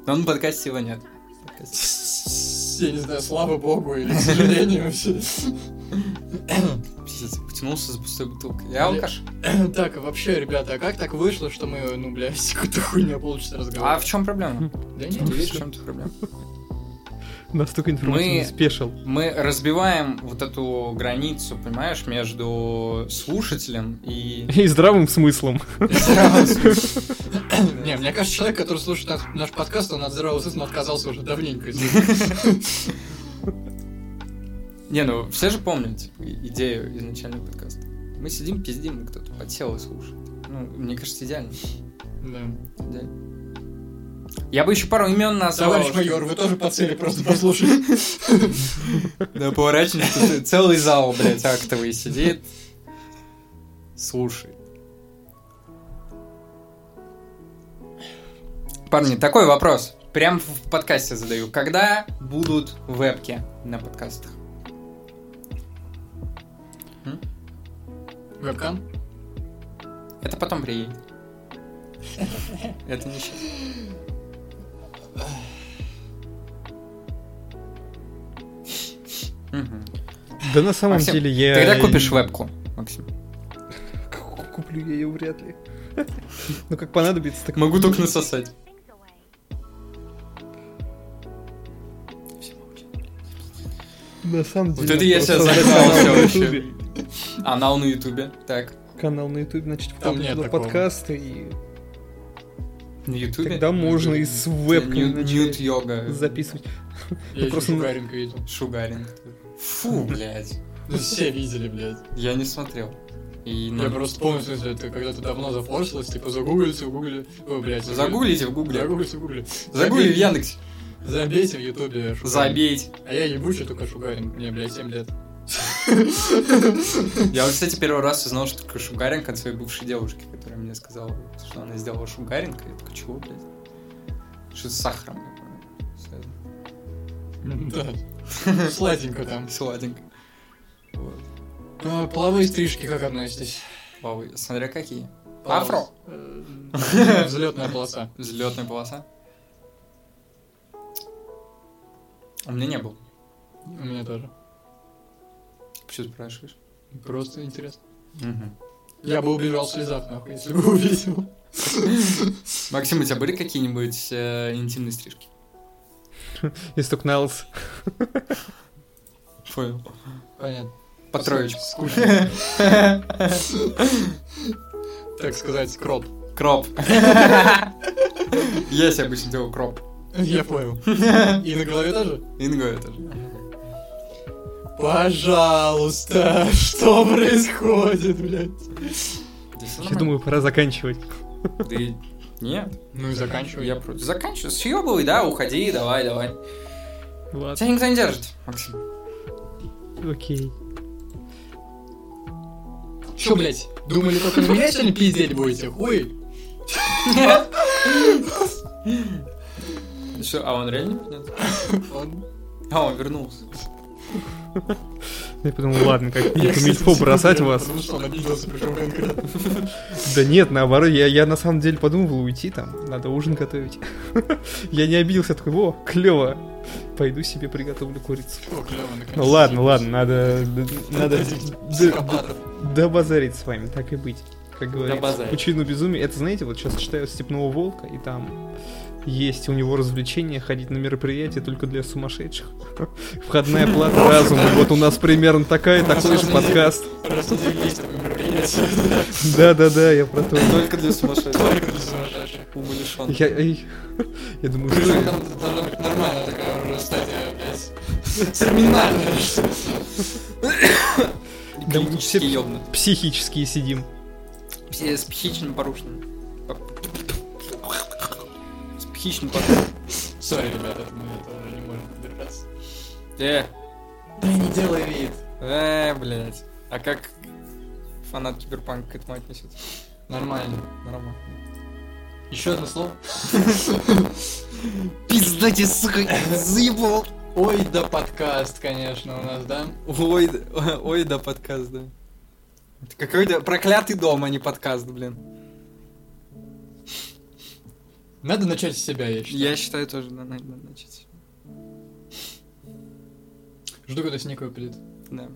Но на подкасте его нет. Подкаст-
Я не знаю, слава богу или к сожалению вообще.
Пиздец, потянулся с пустой бутылкой. Я алкаш.
Так, вообще, ребята, а как так вышло, что мы, ну, блядь, какую-то хуйня получится
А в
разговаривать?
чем проблема?
Да
Я
нет,
Не вижу, в
видишь,
чем тут проблема.
Настолько информационный
Мы-
спешил.
Мы разбиваем вот эту границу, понимаешь, между слушателем и...
И здравым смыслом.
Не, мне кажется, человек, который слушает наш, наш подкаст, он от здравого смысла отказался уже давненько. если-
Не, ну все же помнят типа, и- идею изначального подкаста. Мы сидим, пиздим, и кто-то подсел и слушает. Ну, мне кажется, идеально.
Да.
идеально. Я бы еще пару имен назвал.
Товарищ
чтобы-
майор, вы тоже по цели просто послушали.
Да, поворачиваешься, ц- целый зал, блядь, актовый сидит. Слушай. Парни, такой вопрос. Прям в подкасте задаю. Когда будут вебки на подкастах?
Вебкам?
Это потом приедет. Это не щас. Мгм.
Да на самом
Максим,
деле я...
Когда купишь вебку, Максим?
К- Куплю я ее вряд ли. Ну как понадобится, так...
Могу только насосать.
На самом деле...
Вот это я
просто
сейчас
создать
загнал
канал
все
на
вообще.
Ютубе.
Анал на ютубе. Так.
Канал на ютубе, значит,
Там нет
вкладывать на
такого.
подкасты, и
На ютубе?
тогда можно и с вебкой начать
Ньют-йога.
записывать.
Я еще
просто на-
Шугаринка видел.
Шугаринг. Фу, блядь.
Ну, Все видели, блядь.
Я не смотрел. И
Я
ну,
просто помню, в смысле, это когда-то давно зафорсилось, типа загуглите в гугле. Ой, блядь.
Загуглите в гугле.
Загуглите в гугле.
Загуглите в Яндексе.
Забейте в ютубе Шугаринг.
Забейте.
А я ебучий только Шугаринг. Мне, блядь, 7 лет.
Я, вот, кстати, первый раз узнал, что такое шугаринг от своей бывшей девушки, которая мне сказала, что она сделала шугаринг. Я такой, чего, блядь? Что с сахаром? я помню, связано.
Да. Сладенько там.
Сладенько. Вот.
А, Половые стрижки как относитесь?
Вау, смотря какие. Афро.
Взлетная полоса.
Взлетная полоса. У меня не было.
У меня тоже.
Почему ты спрашиваешь?
Просто интересно. Я бы убежал в слезах, нахуй, если бы увидел.
Максим, у тебя были какие-нибудь э, интимные стрижки?
Если только Найлз.
Понял.
Понятно.
По троечку.
Скучно. Так сказать, кроп.
Кроп. Я себе обычно делаю кроп.
Я понял. И на голове тоже?
Инго тоже.
Пожалуйста, что происходит, блядь?
Я думаю, пора заканчивать.
Да и- Нет,
Ну и заканчиваю.
я против. Заканчивай, съебывай, да, уходи, давай, давай.
Ладно,
Тебя никто не держит, Максим.
окей.
Чё, блядь, думали, только на меня сегодня пиздеть будете? Хуй.
Всё, а он реально нет?
Он-
А, он вернулся.
Я подумал, ладно, как
Я,
как
кстати,
мильфо бросать
блядь,
вас.
Потому что он обиделся, причем конкретно.
Да нет, наоборот, я, я на самом деле подумывал уйти там, надо ужин готовить. Я не обиделся, такой, о, клево. Пойду себе приготовлю курицу.
О, клёво, наконец.
Ну ладно, ладно, надо, д- надо
Психопатов.
д- добазарить с вами, так и быть. Как говорится,
Добазарить.
пучину безумия. Это, знаете, вот сейчас читаю «Степного волка», и там есть у него развлечение ходить на мероприятия только для сумасшедших. Входная плата разума. Вот у нас примерно такая, такой же подкаст.
Раз в неделю есть такое мероприятие.
Да-да-да, я про то.
Только для сумасшедших.
Только для сумасшедших.
Умалишённых.
Я, эй, я думаю,
Причём
что...
там должна быть нормальная такая уже стадия, блядь. Терминальная. что ли.
Да мы
Клинически
все-
ёбнут.
психические сидим.
Все с психичным порушенным. С психичным порушенным.
Сори, ребята, мы это уже не можем подбираться.
Э,
Да не делай вид.
э, блядь. А как фанат Киберпанка к этому отнесется?
Нормально.
Нормально.
Еще одно слово.
Пиздате, сука, заебал.
Ой, да подкаст, конечно, у нас, да?
Ой, да- ой, да, подкаст, да. Это какой-то проклятый дом, а не подкаст, блин.
Надо начать с себя, я считаю.
Я считаю, тоже надо, надо начать.
Жду, когда снег выпадет.
Да.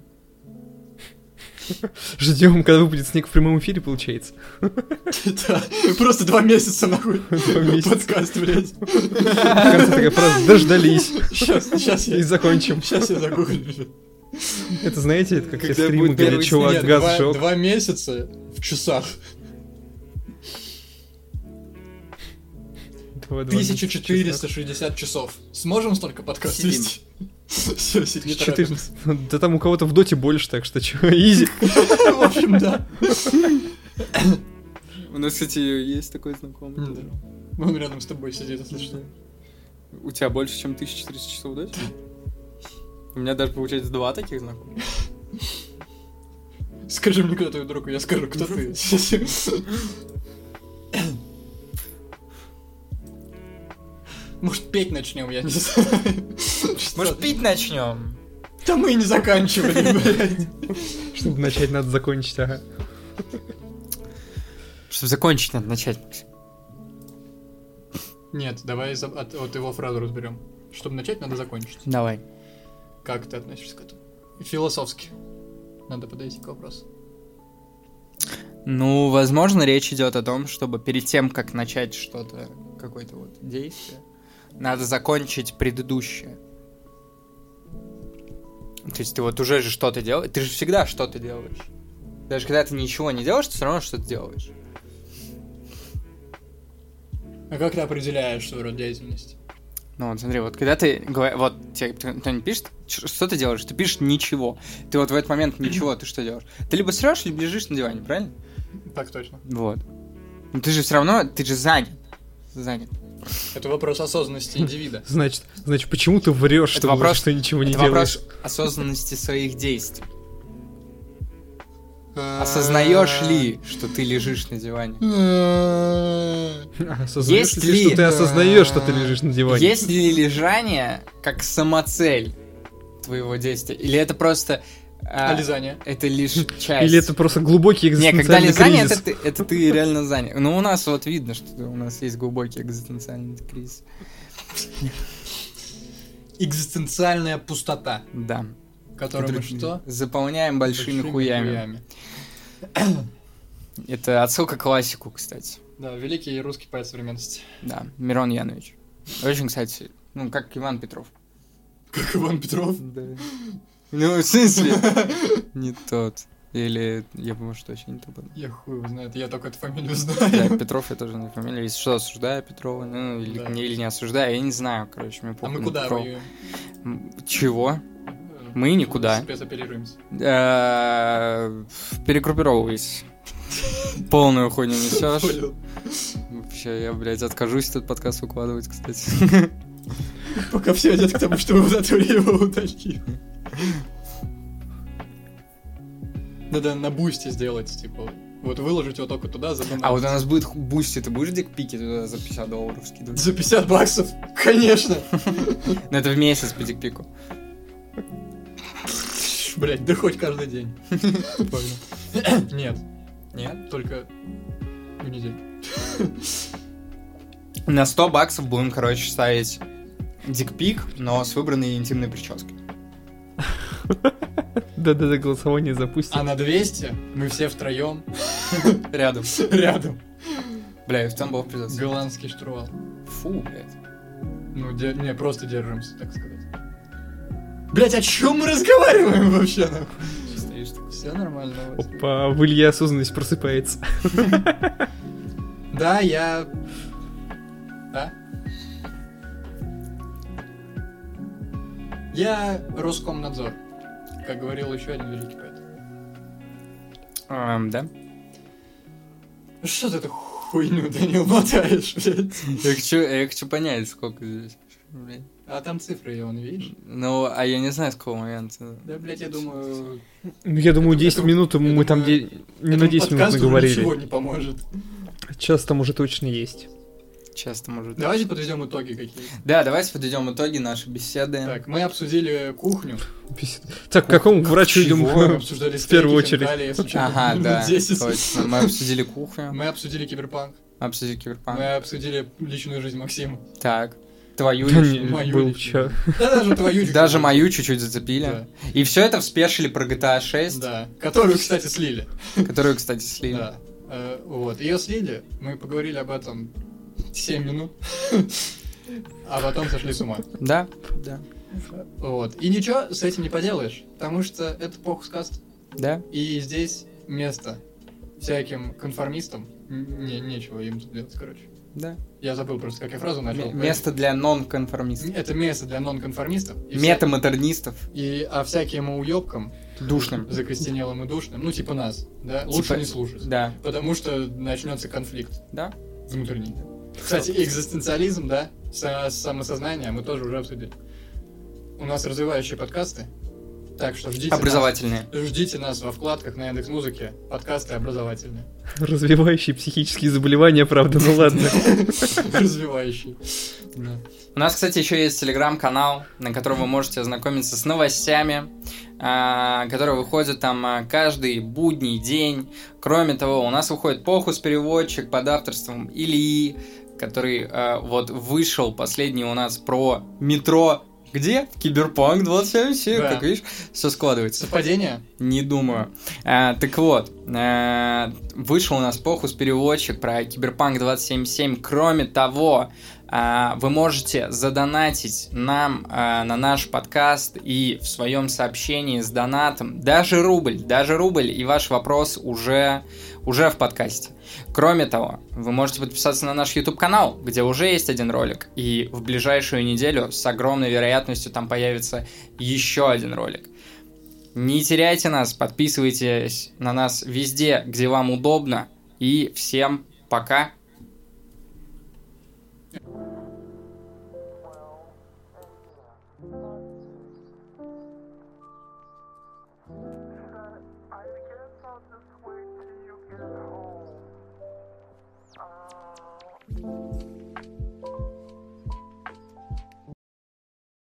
Ждем, когда выпадет снег в прямом эфире, получается.
Да, просто два месяца нахуй.
Два месяца.
Подкаст, блядь.
В конце такая фраза «дождались»
Сейчас, сейчас
и
я...
закончим.
Сейчас я загуглю.
Это, знаете, это как те
Когда
стримы,
будет
где
первый
чувак
Нет,
газ
два-
сжег.
Два месяца в часах.
Два- два-
1460 часов. Сможем столько подкаст
Сидим.
вести? Все, сидим. не
14. Да там у кого-то в доте больше, так что чё, изи.
торопимся. В общем, да.
У нас, кстати, есть такой знакомый.
Да. Он рядом с тобой сидит, если что.
У тебя больше, чем 1400 часов, да? У меня даже, получается, два таких знакомых.
Скажи мне, кто твой друг, а я скажу, кто ты. Может, петь начнем, я не знаю. Что?
пить начнем?
Да мы и не заканчивали, блядь.
Чтобы начать, надо закончить, ага.
Чтобы закончить, надо начать, Максим.
Нет, давай за- от вот его фразу разберем. Чтобы начать, надо закончить.
Давай.
Как ты относишься к этому? Философски. Надо подойти к вопросу.
Ну, возможно, речь идет о том, чтобы перед тем, как начать что-то, какое-то вот действие, надо закончить предыдущее. То есть ты вот уже же что-то делаешь, ты же всегда что-то делаешь. Даже когда ты ничего не делаешь, ты все равно что-то делаешь.
А как ты определяешь свой род деятельности?
Ну вот смотри, вот когда ты говор- вот тебе кто- кто-нибудь пишет, «Ч- что ты делаешь? Ты пишешь ничего. Ты вот в этот момент ничего, ты что делаешь? Ты либо срешь, либо лежишь на диване, правильно?
Так точно.
Вот. Но ты же все равно, ты же занят. Занят.
Это вопрос осознанности индивида.
Значит, значит, почему ты врешь,
Это
что ты
вопрос-
что ничего не
Это
делаешь?
вопрос осознанности своих действий. А, Осознаешь ли, что ты лежишь на диване?
А, Осознаешь
Есть
ли, ты,
ли-
что ты осознаешь, что ты лежишь на диване?
Есть ли лежание как самоцель твоего действия? Или это просто... а,
Ализание.
это лишь часть?
Или это просто глубокий
Не, когда
экзистенциальный
лизание, это
кризис?
ты, это ты реально занят. Ну, у нас вот видно, что у нас есть глубокий экзистенциальный кризис.
Экзистенциальная пустота.
Да.
Которую мы что?
Заполняем большими, хуями. Это отсылка к классику, кстати.
Да, великий русский поэт современности.
Да, Мирон Янович. Очень, кстати, ну, как Иван Петров.
Как Иван Петров.
Да. Ну, в смысле? Не тот. Или я, может, вообще не тот. был.
Я хуй его знает, я только эту фамилию
Да,
знаю.
Петров я тоже не фамилия. Если что, осуждаю Петрова, ну, или,
Да.
не, или не осуждаю, я не знаю, короче, мне
А
похуй
мы
на
куда
Петрова.
воюем?
М, Чего? Мы никуда.
оперируемся.
Э, Перегруппировывайся. Полную хуйню несешь.
Понял.
Вообще, я, блядь, откажусь этот подкаст выкладывать, кстати.
Пока все идет к тому, что мы в натуре его удалили. Надо на бусте сделать, типа. Вот выложить его только туда, за
А вот у нас будет ху- бусти, ты будешь дикпики туда за 50 долларов скидывать?
За 50 баксов, конечно.
Ну это в месяц по дикпику.
Блять, да хоть каждый день. Нет,
Нет?
только в неделю.
На 100 баксов будем, короче, ставить дикпик, но с выбранной интимной прической.
Да-да-да, голосование запустим.
А на 200 мы все втроем
Рядом.
рядом.
Бля, и в Тамбов придется.
Голландский штурвал.
Фу, блядь.
Ну, де- не, просто держимся, так сказать. Блять, о чем мы разговариваем вообще?
Стоишь такой.
Все нормально. у вас?
Опа, в Илье осознанность просыпается.
Да, я... Да? Я Роскомнадзор, как говорил еще один великий поэт.
Эм, да?
Ну Что ты эту хуйню, Данил, мотаешь, блядь?
Я хочу, я хочу понять, сколько здесь. Блядь.
А там цифры, он, видишь?
Ну, а я не знаю, с какого момента.
Да, блядь, я думаю...
Ну, Я думаю, 10
это-
минут мы
думаю,
там де- не
этому
на 10 минут
подкасту уже
наговорили.
ничего не поможет.
Час там уже точно есть.
Часто может. Да,
Давайте подведем итоги какие.
давайте подведем итоги нашей беседы.
Так, мы обсудили кухню.
Писит. Так, к какому врачу
Мы
идем?
обсуждали
В первую
стейки,
очередь.
хинкали, если что,
Ага,
минут
да,
10.
точно. Мы обсудили кухню,
Мы обсудили киберпанк.
обсудили киберпанк.
Мы обсудили личную жизнь Максима.
Так, твою
Да
личную-
не,
мою
был
личную.
чё.
Да даже твою. типа,
Даже мою чуть-чуть
Да,
зацепили. И все это в спешили про GTA 6,
да. Которую, кстати, слили.
которую, кстати, слили.
Да. Э, Вот. Ее слили. Мы поговорили об этом 7 минут. А потом сошли с ума.
Да? Да.
Вот. И ничего с этим не поделаешь. Потому что это похускаст.
Да?
И здесь место всяким конформистам. Н- Не, нечего им тут делать, короче.
Да.
Я забыл просто, как я фразу начал. Э,
М- Место для нон-конформистов.
Это место для нонконформистов. И вся-
Метамодернистов.
И, а всяким уёбкам,
Душным.
закостенелым и душным, ну, типа нас, да, лучше
Типа-
не слушать.
Да.
Потому что начнется конфликт
Да?
внутренний. Кстати, экзистенциализм, да, са- самосознание мы тоже уже обсудили. У нас развивающие подкасты, так что ждите
Образовательные.
Нас, ждите нас во вкладках на Яндекс.Музыке. Подкасты образовательные.
Развивающие психические заболевания, правда, ну ладно.
Развивающие. Да.
У нас, кстати, еще есть телеграм-канал, на котором вы можете ознакомиться с новостями, а, которые выходят там а, каждый будний день. Кроме того, у нас выходит Похус переводчик под авторством Ильи, который а, вот вышел последний у нас про метро. Где? В Киберпанк 2077,
Да.
как видишь, все складывается.
Совпадение?
Не думаю. А, так вот, э, вышел у нас похус переводчик про Киберпанк 2077. Кроме того, а, вы можете задонатить нам а, на наш подкаст и в своем сообщении с донатом даже рубль, даже рубль, и ваш вопрос уже, уже в подкасте. Кроме того, вы можете подписаться на наш YouTube-канал, где уже есть один ролик, и в ближайшую неделю с огромной вероятностью там появится еще один ролик. Не теряйте нас, подписывайтесь на нас везде, где вам удобно, и всем пока!